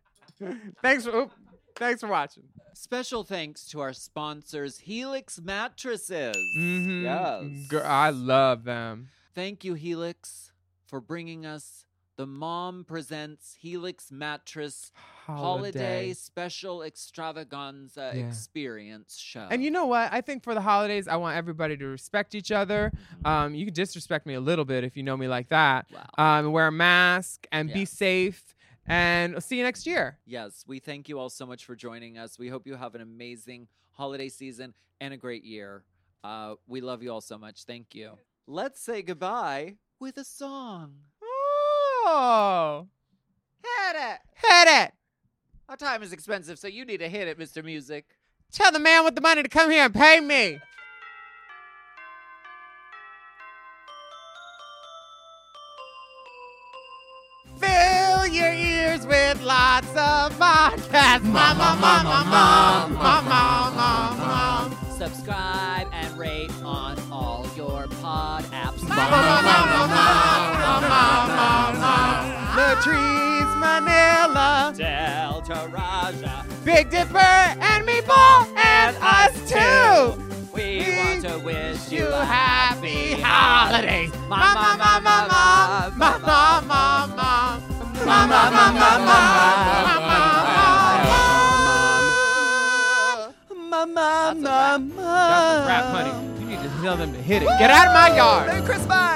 Speaker 4: thanks for oop, thanks for watching.
Speaker 3: Special thanks to our sponsors, Helix Mattresses.
Speaker 4: Mhm.
Speaker 3: Yes.
Speaker 4: Gr- I love them.
Speaker 3: Thank you, Helix, for bringing us the Mom Presents Helix Mattress Holiday,
Speaker 4: Holiday.
Speaker 3: Special Extravaganza
Speaker 4: Yeah.
Speaker 3: Experience Show.
Speaker 4: And you know what? I think for the holidays, I want everybody to respect each other.
Speaker 3: Mm-hmm.
Speaker 4: Um, you can disrespect me a little bit if you know me like that. Um, wear a mask and be
Speaker 3: Yeah.
Speaker 4: safe. And I'll see you next year.
Speaker 3: yes, we thank you all so much for joining us. We hope you have an amazing holiday season and a great year. Uh, we love you all so much. Thank you. Let's say goodbye with a song.
Speaker 4: Ah! Oh.
Speaker 3: Hit it.
Speaker 4: Hit it.
Speaker 3: Our time is expensive, so you need to hit it, Mr. Music.
Speaker 4: Tell the man with the money to come here and pay me.
Speaker 2: Fill your ears with lots of podcasts. Mama, mama, mama, mama, mama,
Speaker 3: Subscribe and rate on all your pod apps.
Speaker 2: mama. The trees, Manila,
Speaker 3: Del Taraja,
Speaker 2: Big Dipper, and Meatball, and us too.
Speaker 3: we want to wish
Speaker 2: You
Speaker 3: you a
Speaker 2: happy
Speaker 3: happy
Speaker 2: holidays.
Speaker 3: holidays.
Speaker 2: Mama, mama, mama, mama, mama, mama, mama,
Speaker 3: Mama, mama.
Speaker 4: That's a rap, honey. You need to tell them to hit it. Get out of my yard.
Speaker 3: Merry Christmas.